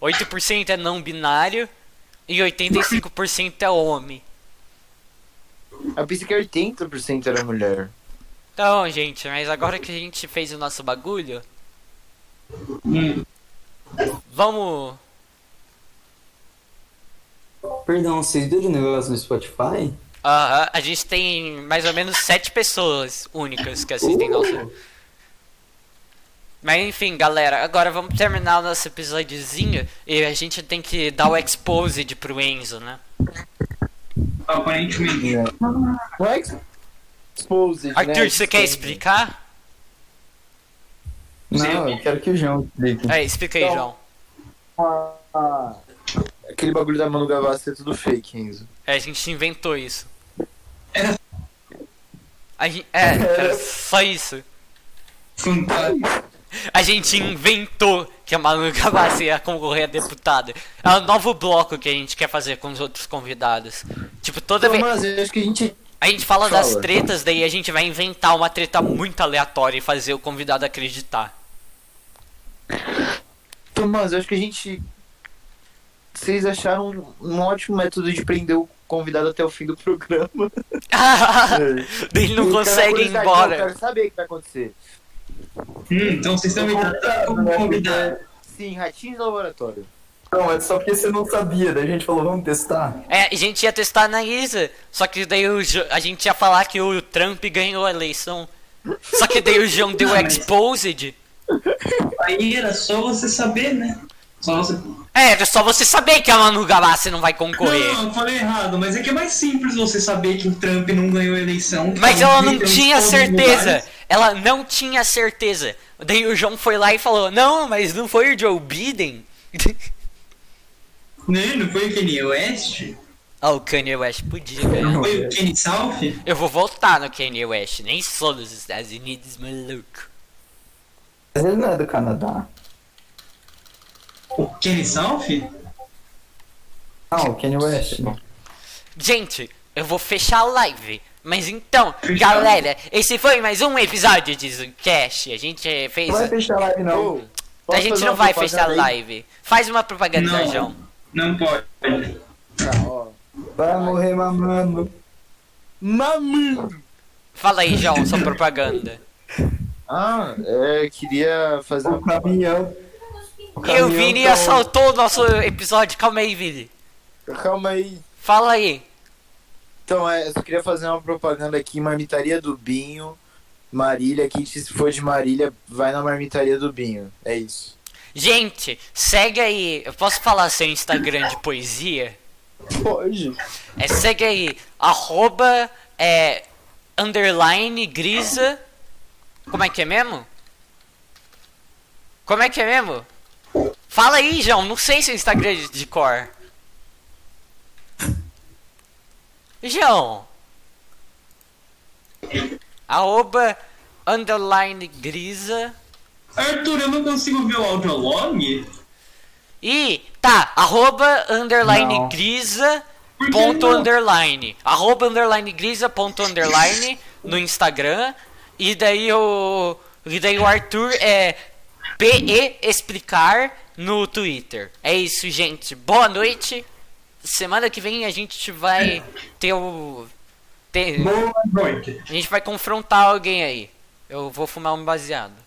S3: 8% é não binário e 85% é homem.
S4: Eu pensei que 80% era mulher.
S3: Então, gente, mas agora que a gente fez o nosso bagulho, vamos.
S2: Perdão, vocês viram o negócio no Spotify?
S3: Aham, a gente tem mais ou menos sete pessoas únicas que assistem nosso. Mas enfim, galera, agora vamos terminar o nosso episódiozinho e a gente tem que dar o exposed pro Enzo, né?
S1: Aparentemente.
S4: Não é exposed, né?
S3: Arthur, você quer explicar?
S2: Não, eu quero que o João explique.
S3: É, explica
S4: Então-
S3: aí, João.
S4: Aquele bagulho da Manu Gavassi é tudo fake, Enzo.
S3: É, a gente inventou isso. A gente, é, era só isso.
S1: Fantástico.
S3: A gente inventou que a Manu Gavassi ia concorrer a deputada. É um novo bloco que a gente quer fazer com os outros convidados. Tipo, toda vez.
S4: Mas eu acho que a gente
S3: A gente fala das
S4: Então, Fala.
S3: tretas, daí a gente vai inventar uma treta muito aleatória e fazer o convidado acreditar.
S4: Tomás, eu acho que a gente. Vocês acharam um- um ótimo método de prender o convidado até o fim do programa.
S3: daí ele não
S4: O cara
S3: consegue ir
S4: curiosidade, não, Eu
S3: embora.
S4: quero saber o que vai acontecer.
S1: Hum, então vocês estão me dando como convidado.
S4: Sim, ratinho do laboratório.
S2: Não, é só porque você não sabia, daí a gente falou, vamos testar.
S3: É, a gente ia testar na Isa, só que daí o Jo- a gente ia falar que o Trump ganhou a eleição. Só que daí o João deu
S1: Não, mas-
S3: exposed.
S1: Aí era só você saber, né? Só você.
S3: É, era só você saber que a Manu Gavassi não vai concorrer.
S1: Não, eu falei errado, mas é que é mais simples você saber que o Trump não ganhou a eleição. que
S3: Mas
S1: tá no
S3: ela não
S1: Twitter, em
S3: tinha
S1: todos os
S3: certeza.
S1: lugares.
S3: Ela não tinha certeza. Daí o João foi lá e falou: Não, mas não foi o Joe Biden?
S1: Né? Não foi o Kanye West?
S3: Ah, o Kanye West podia, velho.
S1: Não foi o Kanye South?
S3: Eu vou voltar no Kanye West, nem sou dos Estados Unidos, maluco.
S2: Mas ele não é do Canadá.
S1: O Kanye South?
S2: Não, o Kanye West. né?
S3: Gente, eu vou fechar a live. Mas então,
S1: Fechado.
S3: galera, esse foi mais um episódio de Zuncast. A gente fez.
S2: Não vai fechar a live, não.
S3: A gente não vai fechar a live. Faz uma propaganda,
S1: Não.
S3: João.
S1: Não pode.
S2: Vai morrer mamando.
S4: Mamando!
S3: Fala aí, João, sua propaganda.
S4: Ah, é, queria fazer
S2: O caminhão. O
S3: E o
S2: caminhão
S3: Vini
S2: tá-
S3: assaltou o nosso episódio. Calma aí, Vini.
S4: Calma aí.
S3: Fala aí.
S4: Então, é, eu só queria fazer uma propaganda aqui, marmitaria do Binho. Marília, quem se for de Marília, vai na marmitaria do Binho. É isso.
S3: Gente, segue aí. Eu posso falar seu Instagram de poesia?
S4: Pode.
S3: É, segue aí, arroba, é, underline, grisa, como é que é mesmo? Como é que é mesmo? Fala aí, João, não sei seu Instagram é de- de cor. João. Arroba, underline, grisa,
S1: Arthur, eu não consigo ver o audiolog?
S3: e, tá, arroba, underline,
S2: Não.
S3: grisa,
S1: Por que
S3: ponto
S1: não?
S3: underline. Arroba underline grisa ponto underline no Instagram. E daí o. E daí o Arthur é PE Explicar no Twitter. É isso, gente. Boa noite. Semana que vem a gente vai ter o. ter-
S1: Boa noite.
S3: a gente vai confrontar alguém aí. Eu vou fumar um baseado.